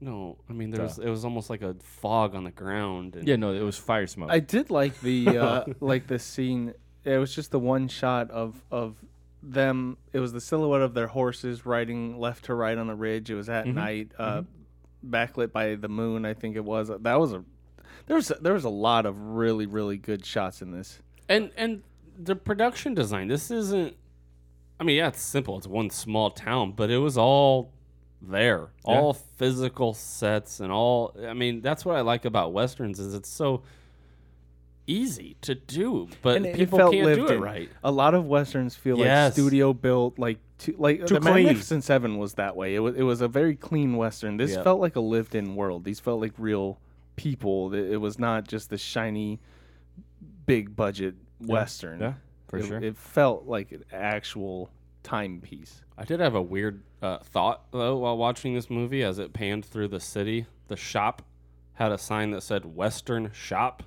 No, I mean there Duh. was it was almost like a fog on the ground. And Yeah, no, it was fire smoke. I did like the uh, like the scene. It was just the one shot of of them. It was the silhouette of their horses riding left to right on the ridge. It was Mm-hmm. at night, uh, backlit by the moon. I think it was. That was a there was there was a lot of really really good shots in this. and and the production design this isn't i mean yeah it's simple it's one small town but it was all there all physical sets and all i mean that's what i like about westerns is it's so easy to do, but And it- it people felt can't lived do it in. right. A lot of westerns feel like Yes. studio built, like too, like Too the clean. Magnificent Seven was that way. It was it was a very clean western. This Yeah. felt like a lived in world. These felt like real people. It, it was not just the shiny, big budget Yeah. western. Yeah, for It- sure. It felt like an actual timepiece. I did have a weird uh, thought though while watching this movie as it panned through the city. The shop had a sign that said Western Shop.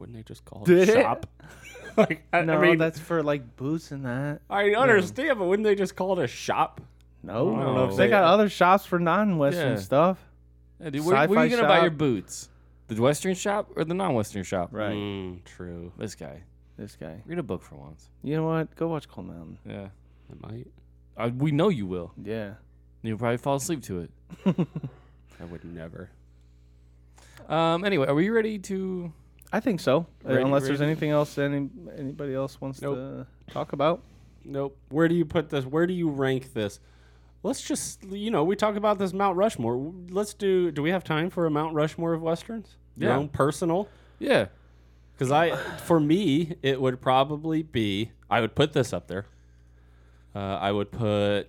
Wouldn't they just call it Did it? shop? like I, I no, mean, that's for like boots and that. I understand, but wouldn't they just call it a shop? No, I don't know if they, they- got other shops for non-western Yeah. stuff. Yeah, dude, where, where Sci-fi you gonna buy your shop. boots? The Western shop or the non-Western shop? Right. Mm, true. This guy. This guy. Read a book for once. You know what? Go watch Cold Mountain. Yeah. I might. I, Uh, we know you will. Yeah. You'll probably fall asleep to it. I would never. Um. Anyway, are we ready to? I think so. Uh, Ready- Unless ready there's to- anything else any anybody else wants to talk about. Nope. Where do you put this? Where do you rank this? Let's just you know we talk about this Mount Rushmore. Let's do. Do we have time for a Mount Rushmore of westerns? Your Yeah. own personal. Yeah. Because I, for me, it would probably be. I would put this up there. Uh, I would put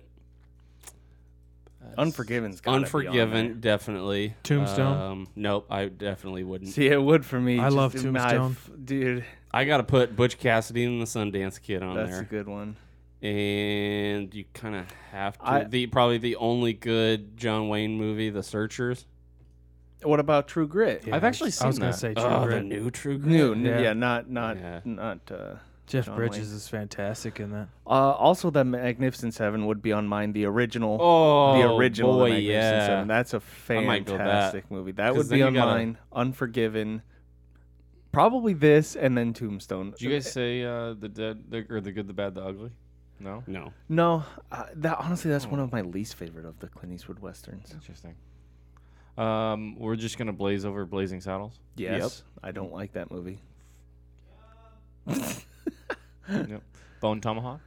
Unforgiven's gotta be on Unforgiven, definitely. Tombstone? Um, nope, I definitely wouldn't. See, it would for me. I Just love do Tombstone. knife, dude. I gotta put Butch Cassidy and the Sundance Kid on That's there. a good one. and you kind of have to. I- the probably the only good John Wayne movie, The Searchers. What about True Grit? I've actually seen I was gonna that. say True oh, Grit. the new True Grit. New, yeah. Yeah. yeah, not not Yeah. not. Uh, Jeff John Bridges Wayne. is fantastic in that. Uh, also, the Magnificent Seven would be on mine. The original. Oh, the original boy, The Magnificent yeah. Seven. That's a I might go that. fantastic movie. That 'Cause would then be you on gotta- mine. Unforgiven. Probably this, and then Tombstone. Did you guys say uh, the dead the, or the good, the bad, the ugly? No. No, No, uh, that honestly, that's one of my least favorite of the Clint Eastwood westerns. Interesting. Um, we're just gonna blaze over Blazing Saddles. Yes, I don't like that movie. yep. Bone Tomahawk.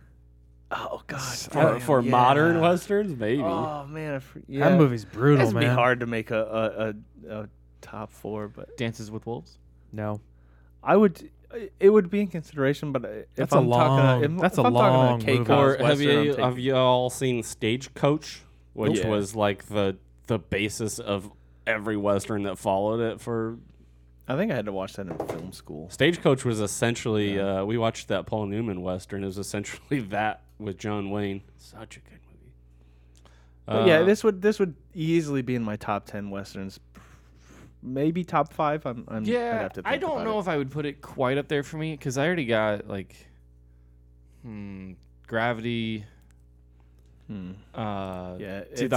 Oh God, for, damn, for yeah. modern westerns, maybe. Oh man, I fr- yeah. That movie's brutal, This would man. be hard to make a, a a a top four, but Dances with Wolves. No, I would. It would be in consideration, but uh, if That's a I'm long- talking, if, that's if a I'm long talking movie. a Or or have you I'm have taking- you all seen Stagecoach, which Yeah. was like the the basis of every western that followed it for I think I had to watch that in film school. Stagecoach was essentially uh, we watched that Paul Newman western. It was essentially that with John Wayne. Such a good movie. But yeah, this would this would easily be in my top ten westerns, maybe top five. I'm, I'm I'd Yeah, have to think I don't about know it. if I would put it quite up there for me because I already got like, hmm, Gravity. Hmm. Uh, Yeah, it's a- the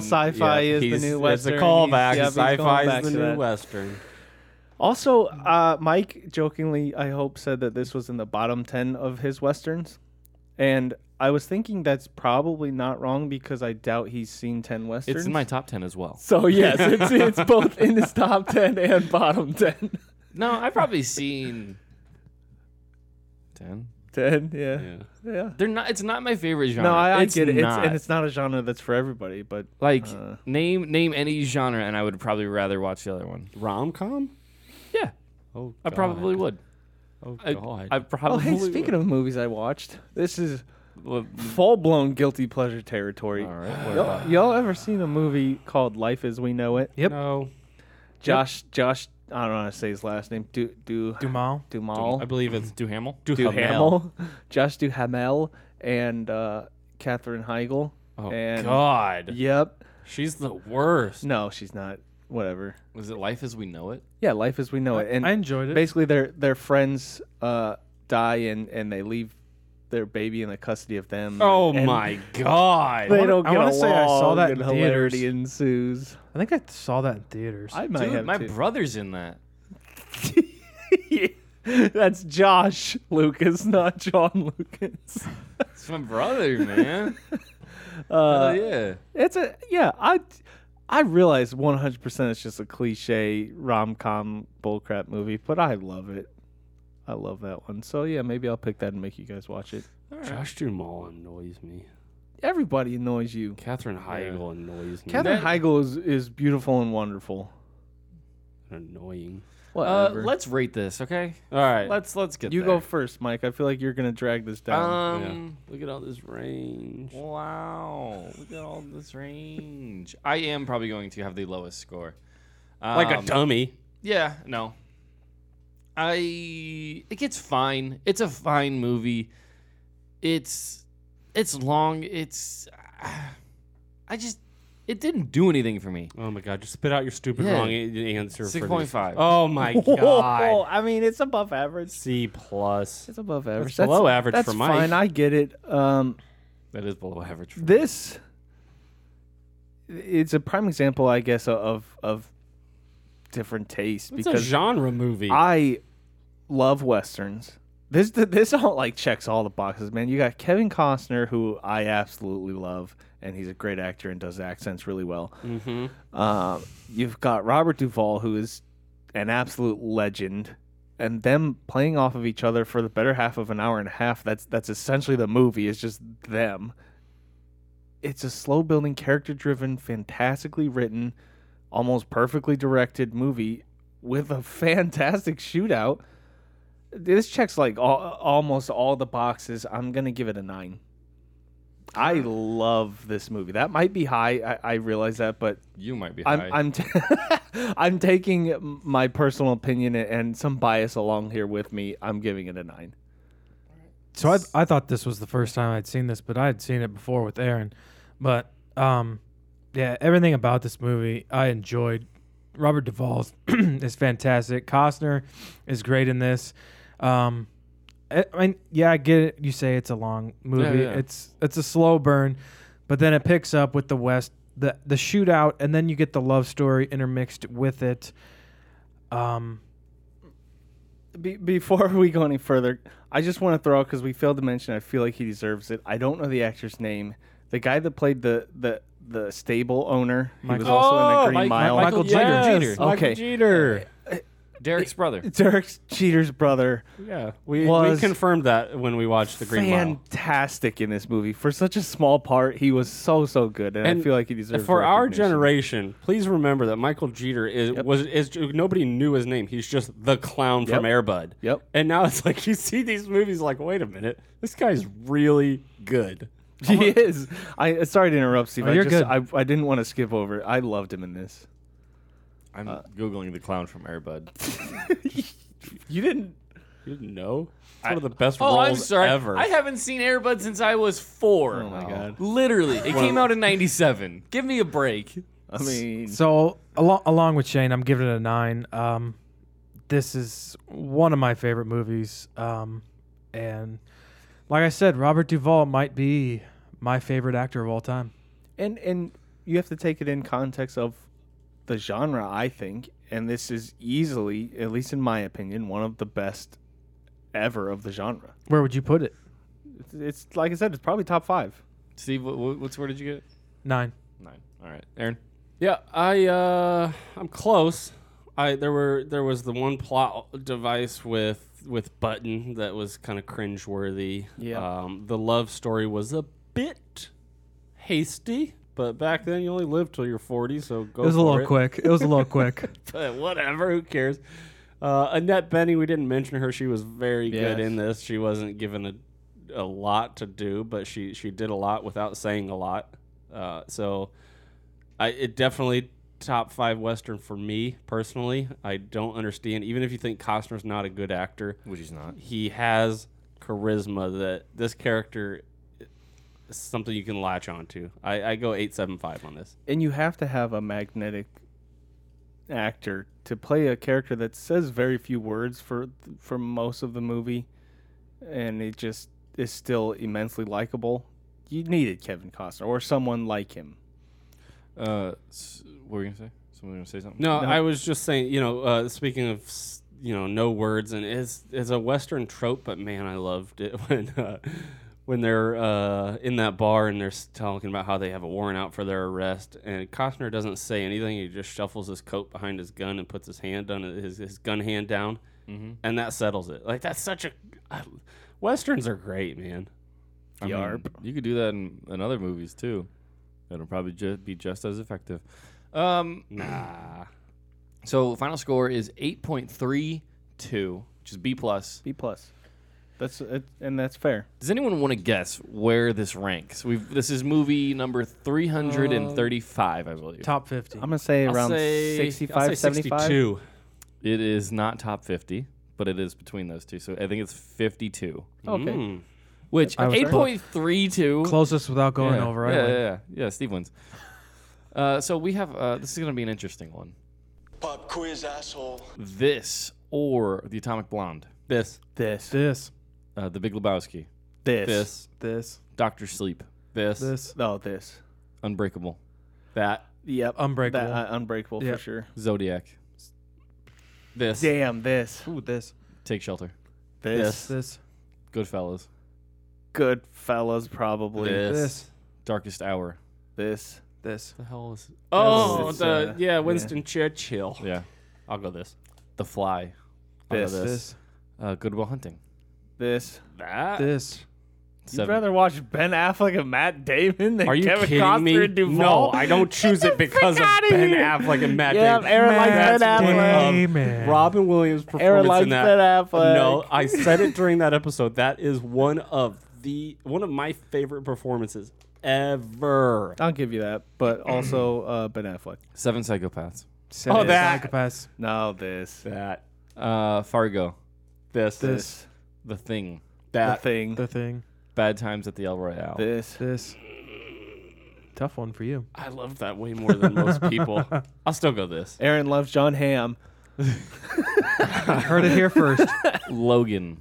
2001. sci-fi is the He's- new It's a western. He's- callback. yep, he's going Sci-fi back is the to new that. western. Also, uh, Mike jokingly, I hope, said that this was in the bottom 10 of his Westerns. And I was thinking that's probably not wrong because I doubt he's seen 10 Westerns. It's in my top ten as well. So, yes, it's, it's both in his top 10 and bottom 10. No, I've probably seen ten. 10, yeah. Yeah. Yeah. They're not. It's not my favorite genre. No, I, I It's get it. It's, not. and it's not a genre that's for everybody, but like uh, name name any genre, and I would probably rather watch the other one. Rom com. Yeah, Oh, I probably God. would. Oh I, God. I oh, probably. hey, speaking of movies I watched, this is would. full blown guilty pleasure territory. All right. what Y'all, y'all ever seen a movie called Life as We Know It? Yep. No, Josh, Josh, I don't know how to say his last name. Du, du, Dumal. Dumal. I believe it's Duhamel. Duhamel. Josh Duhamel and uh, Catherine Heigl. Oh and God. Yep. She's the worst. No, she's not. Whatever. Was it Life as We Know It? Yeah, life as we know it. And I enjoyed it. Basically, their their friends uh, die and and they leave their baby in the custody of them. Oh and my God. They don't I get wanna along. say I saw that and in hilarity theaters. ensues. I think I saw that in theaters. I might Dude, have my too. brother's in that. That's Josh Lucas, not John Lucas. It's my brother, man. Uh, Hell yeah. It's a yeah. I I realize one hundred percent it's just a cliche rom com bullcrap movie, but I love it. I love that one. So yeah, maybe I'll pick that and make you guys watch it. Josh Duhamel annoys me. Everybody annoys you. Catherine Heigl annoys me. Katherine Heigl is, is beautiful and wonderful. annoying. Uh, Whatever. let's rate this, okay? All right. Let's let's get you there. go first, Mike. I feel like you're gonna drag this down. Um, Look at all this range. Wow, look at all this range. I am probably going to have the lowest score. Like a Um, dummy. Yeah, no. I it gets fine. It's a fine movie. It's it's long. It's I just it didn't do anything for me. Oh my god! Just spit out your stupid Yeah. wrong a- answer. for this. 6.5. Oh my god. I mean, it's above average. C plus. It's above average. That's below average that's for Mike. fine. I get it. Um, That is below average. For this it's a prime example, I guess, of of different tastes It's a because genre movie. I love westerns. This this all like checks all the boxes, man. You got Kevin Costner, who I absolutely love, and he's a great actor and does accents really well. Mm-hmm. Um, you've got Robert Duvall, who is an absolute legend, and them playing off of each other for the better half of an hour and a half. That's that's essentially the movie. It's just them. It's a slow building, character driven, fantastically written, almost perfectly directed movie with a fantastic shootout. This checks like all, almost all the boxes. I'm gonna give it a nine. I love this movie. That might be high. I, I realize that, but You might be I'm high. I'm t- I'm taking my personal opinion and some bias along here with me. I'm giving it a nine. So I I thought this was the first time I'd seen this, but I had seen it before with Aaron. But um, yeah, everything about this movie I enjoyed. Robert Duvall is fantastic. Costner is great in this. Um, I, I mean, yeah, I get it. You say it's a long movie. yeah. It's it's a slow burn, but then it picks up with the West, the the shootout, and then you get the love story intermixed with it. Um, Be- before we go any further, I just want to throw out because we failed to mention. I feel like he deserves it. I don't know the actor's name. The guy that played the the the stable owner. He was Michael- also in Oh, the Green Mike- Mile. Michael Jeter. Yes, Jeter. Okay. Michael Jeter. Derek's brother. Derek Cheater's brother. Yeah, we, we was confirmed that when we watched the Green Mile. fantastic in this movie for such a small part. He was so so good, and, I feel like he deserves for our recognition. generation. Please remember that Michael Jeter is was is nobody knew his name. He's just the clown from Yep. Airbud. Yep. And now it's like you see these movies, like wait a minute, this guy's really good. He is. I sorry to interrupt, Steve. Oh, I you're just I, I didn't want to skip over. it. I loved him in this. I'm googling the clown from Airbud. You didn't. You didn't know? It's one of the best Oh, roles I'm sorry. ever. I haven't seen Airbud since I was four. Oh my God. Literally, it came out in '97. Give me a break. I mean, So along along with Shane, I'm giving it a nine. Um, this is one of my favorite movies. Um, and like I said, Robert Duvall might be my favorite actor of all time. and and you have to take it in context of the genre, I think. And this is easily, at least in my opinion, one of the best ever of the genre. Where would you put it? It's, it's like I said, it's probably top five. Steve, what, what, what score did you get? Nine. Nine. All right, Aaron. Yeah, I uh, I'm close. I there were there was the one plot device with with Button that was kind of cringeworthy. Yeah. Um, the love story was a bit hasty, but back then you only lived till you're 40, so go. It was a for little it. quick. It was a little quick. But whatever, who cares? Uh, Annette Benning, we didn't mention her. She was very good Yes. in this. She wasn't given a, a lot to do, but she, she did a lot without saying a lot. Uh, so I it definitely top five Western for me personally. I don't understand. Even if you think Costner's not a good actor, Which he's not. he has charisma that this character is something you can latch onto. I, I go 875 on this. and you have to have a magnetic actor to play a character that says very few words for for most of the movie and it just is still immensely likable you needed kevin costner or someone like him Uh, s- what were you gonna say? Someone gonna say something? No, I was just saying, you know, uh, speaking of, s- you know, no words, and it's, it's a Western trope, but man, I loved it when uh, when they're uh, in that bar and they're s- talking about how they have a warrant out for their arrest, and Costner doesn't say anything. He just shuffles his coat behind his gun and puts his hand on it- his, his gun hand down, and that settles it. Like, that's such a. I- Westerns are great, man. I mean, you could do that in, in other movies too. It'll probably ju- be just as effective. Um, Nah. So final score is eight point three two, which is B plus. B plus. That's it, and that's fair. Does anyone want to guess where this ranks? We've this is movie number three hundred and thirty-five, I believe. Top 50. Mm. I'm gonna say I'll around say- I'll say 65, 75. 62. It is not top fifty, but it is between those two. So I think it's fifty-two. Okay. Mm. Which I was eight point three two Closest without going yeah. over, I Yeah, win. yeah, yeah, yeah. Steve wins. Uh, so we have uh, this is gonna be an interesting one. Pop quiz, asshole. This or the Atomic Blonde. This. This. This. Uh, the Big Lebowski. This. This. This. Doctor Sleep. This. This. No, this. Unbreakable. That. Yep. Unbreakable. That, uh, unbreakable Yep. for sure. Zodiac. This. Damn this. Ooh, this. Take shelter. This. This. Goodfellas. Good fellas probably. This. Darkest Hour. This. This. The hell is? Oh, It's, the uh, yeah, Winston Churchill. Yeah. I'll go this. The Fly. This. This. This. Uh, Goodwill Hunting. This. That. This. You'd Ah, Seven. rather watch Ben Affleck and Matt Damon than Are you Kevin kidding Costner me? and No, Duvall? I don't choose it because of outta Ben here. Affleck and Matt Yeah, Damon. Aaron likes That's Ben one Affleck. of Amen. Robin Williams' performance likes in that. Ben Affleck. No, I said it during that episode. That is one of the one of my favorite performances ever. I'll give you that, but also uh, Ben Affleck. Seven Psychopaths. Oh, Seven that. Psychopaths. No, this. That. Uh, Fargo. This. This. The Thing. The That. thing. The thing. Bad Times at the El Royale. this. This. Tough one for you. I love that way more than most people. I'll still go this. Aaron loves John Hamm. Heard it here first. Logan.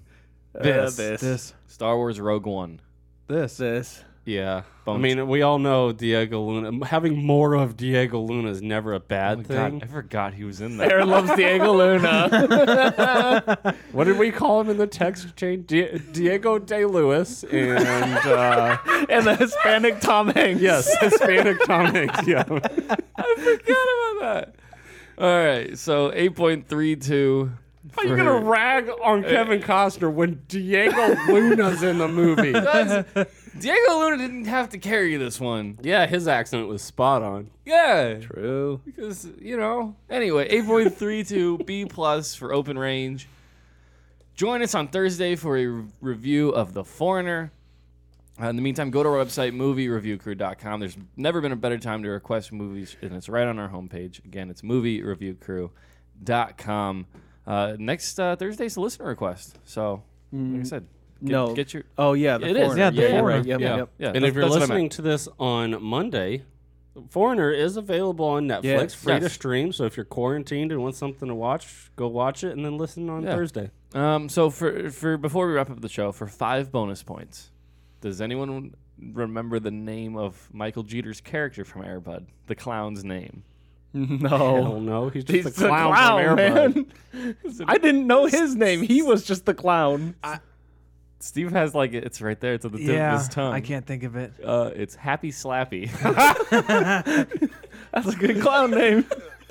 This. Uh, this. this. Star Wars Rogue One. This. This. Yeah. I mean, we all know Diego Luna. Having more of Diego Luna is never a bad thing. I forgot he was in that. Aaron loves Diego Luna. what did we call him in the text chain? Di- Diego Day Lewis and uh, And the Hispanic Tom Hanks. yes, Hispanic Tom Hanks. Yeah. forgot about that. All right, so 8.32. How are you gonna rag on Kevin Costner when Diego Luna's in the movie? Diego Luna didn't have to carry this one. yeah, his accent was spot on. Yeah. True. Because, you know. Anyway, 8.32 B plus for open range. Join us on Thursday for a re- review of The Foreigner. Uh, in the meantime, go to our website, moviereviewcrew.com. There's never been a better time to request movies, and it's right on our homepage. Again, it's moviereviewcrew.com. Uh, next uh, Thursday's a listener request. So, like I said, get, Mm-hmm. no. get your. Oh yeah. The It is. foreigner. Yeah, the yeah, foreigner. Right. Yep, yeah, yep. yeah. And that's- if you're that's what I meant. listening to this on Monday, Foreigner is available on Netflix, Yes. free to Yes. stream. So if you're quarantined and want something to watch, go watch it and then listen on Yeah. Thursday. Um, so for for before we wrap up the show, for five bonus points, does anyone remember the name of Michael Jeter's character from Airbud? The clown's name. Hell No. no, he's just He's a the clown, clown, from Air Bud. man. I didn't know his name. He was just the clown. Steve has like it's right there. It's at the tip yeah. of his tongue. I can't think of it. Uh, it's Happy Slappy. That's a good clown name.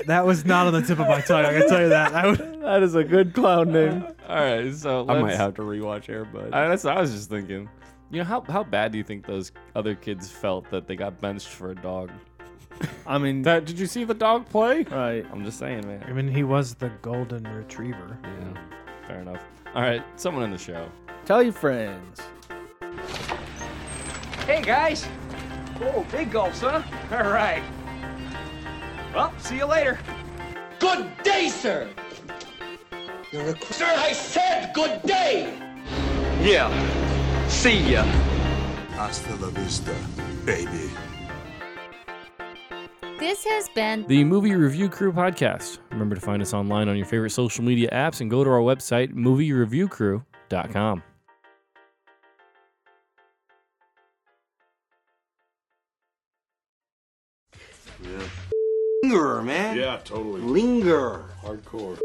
That was not on the tip of my tongue. I can tell you that. I would, that is a good clown name. All right, so I let's, might have to rewatch Airbud. I, that's what I was just thinking. You know how how bad do you think those other kids felt that they got benched for a dog? I mean, that, did you see the dog play? right. I'm just saying, man. I mean, he was the golden retriever. Fair enough. All right, someone in the show. Tell your friends. Hey guys! Oh, big gulps, huh? All right. Well, see you later. Good day, sir. You're a sir. I said good day. Yeah. See ya. Hasta la vista, baby. This has been The Movie Review Crew podcast. Remember to find us online on your favorite social media apps and go to our website, moviereviewcrew.com. Linger, man. Yeah, totally. Linger. Hardcore.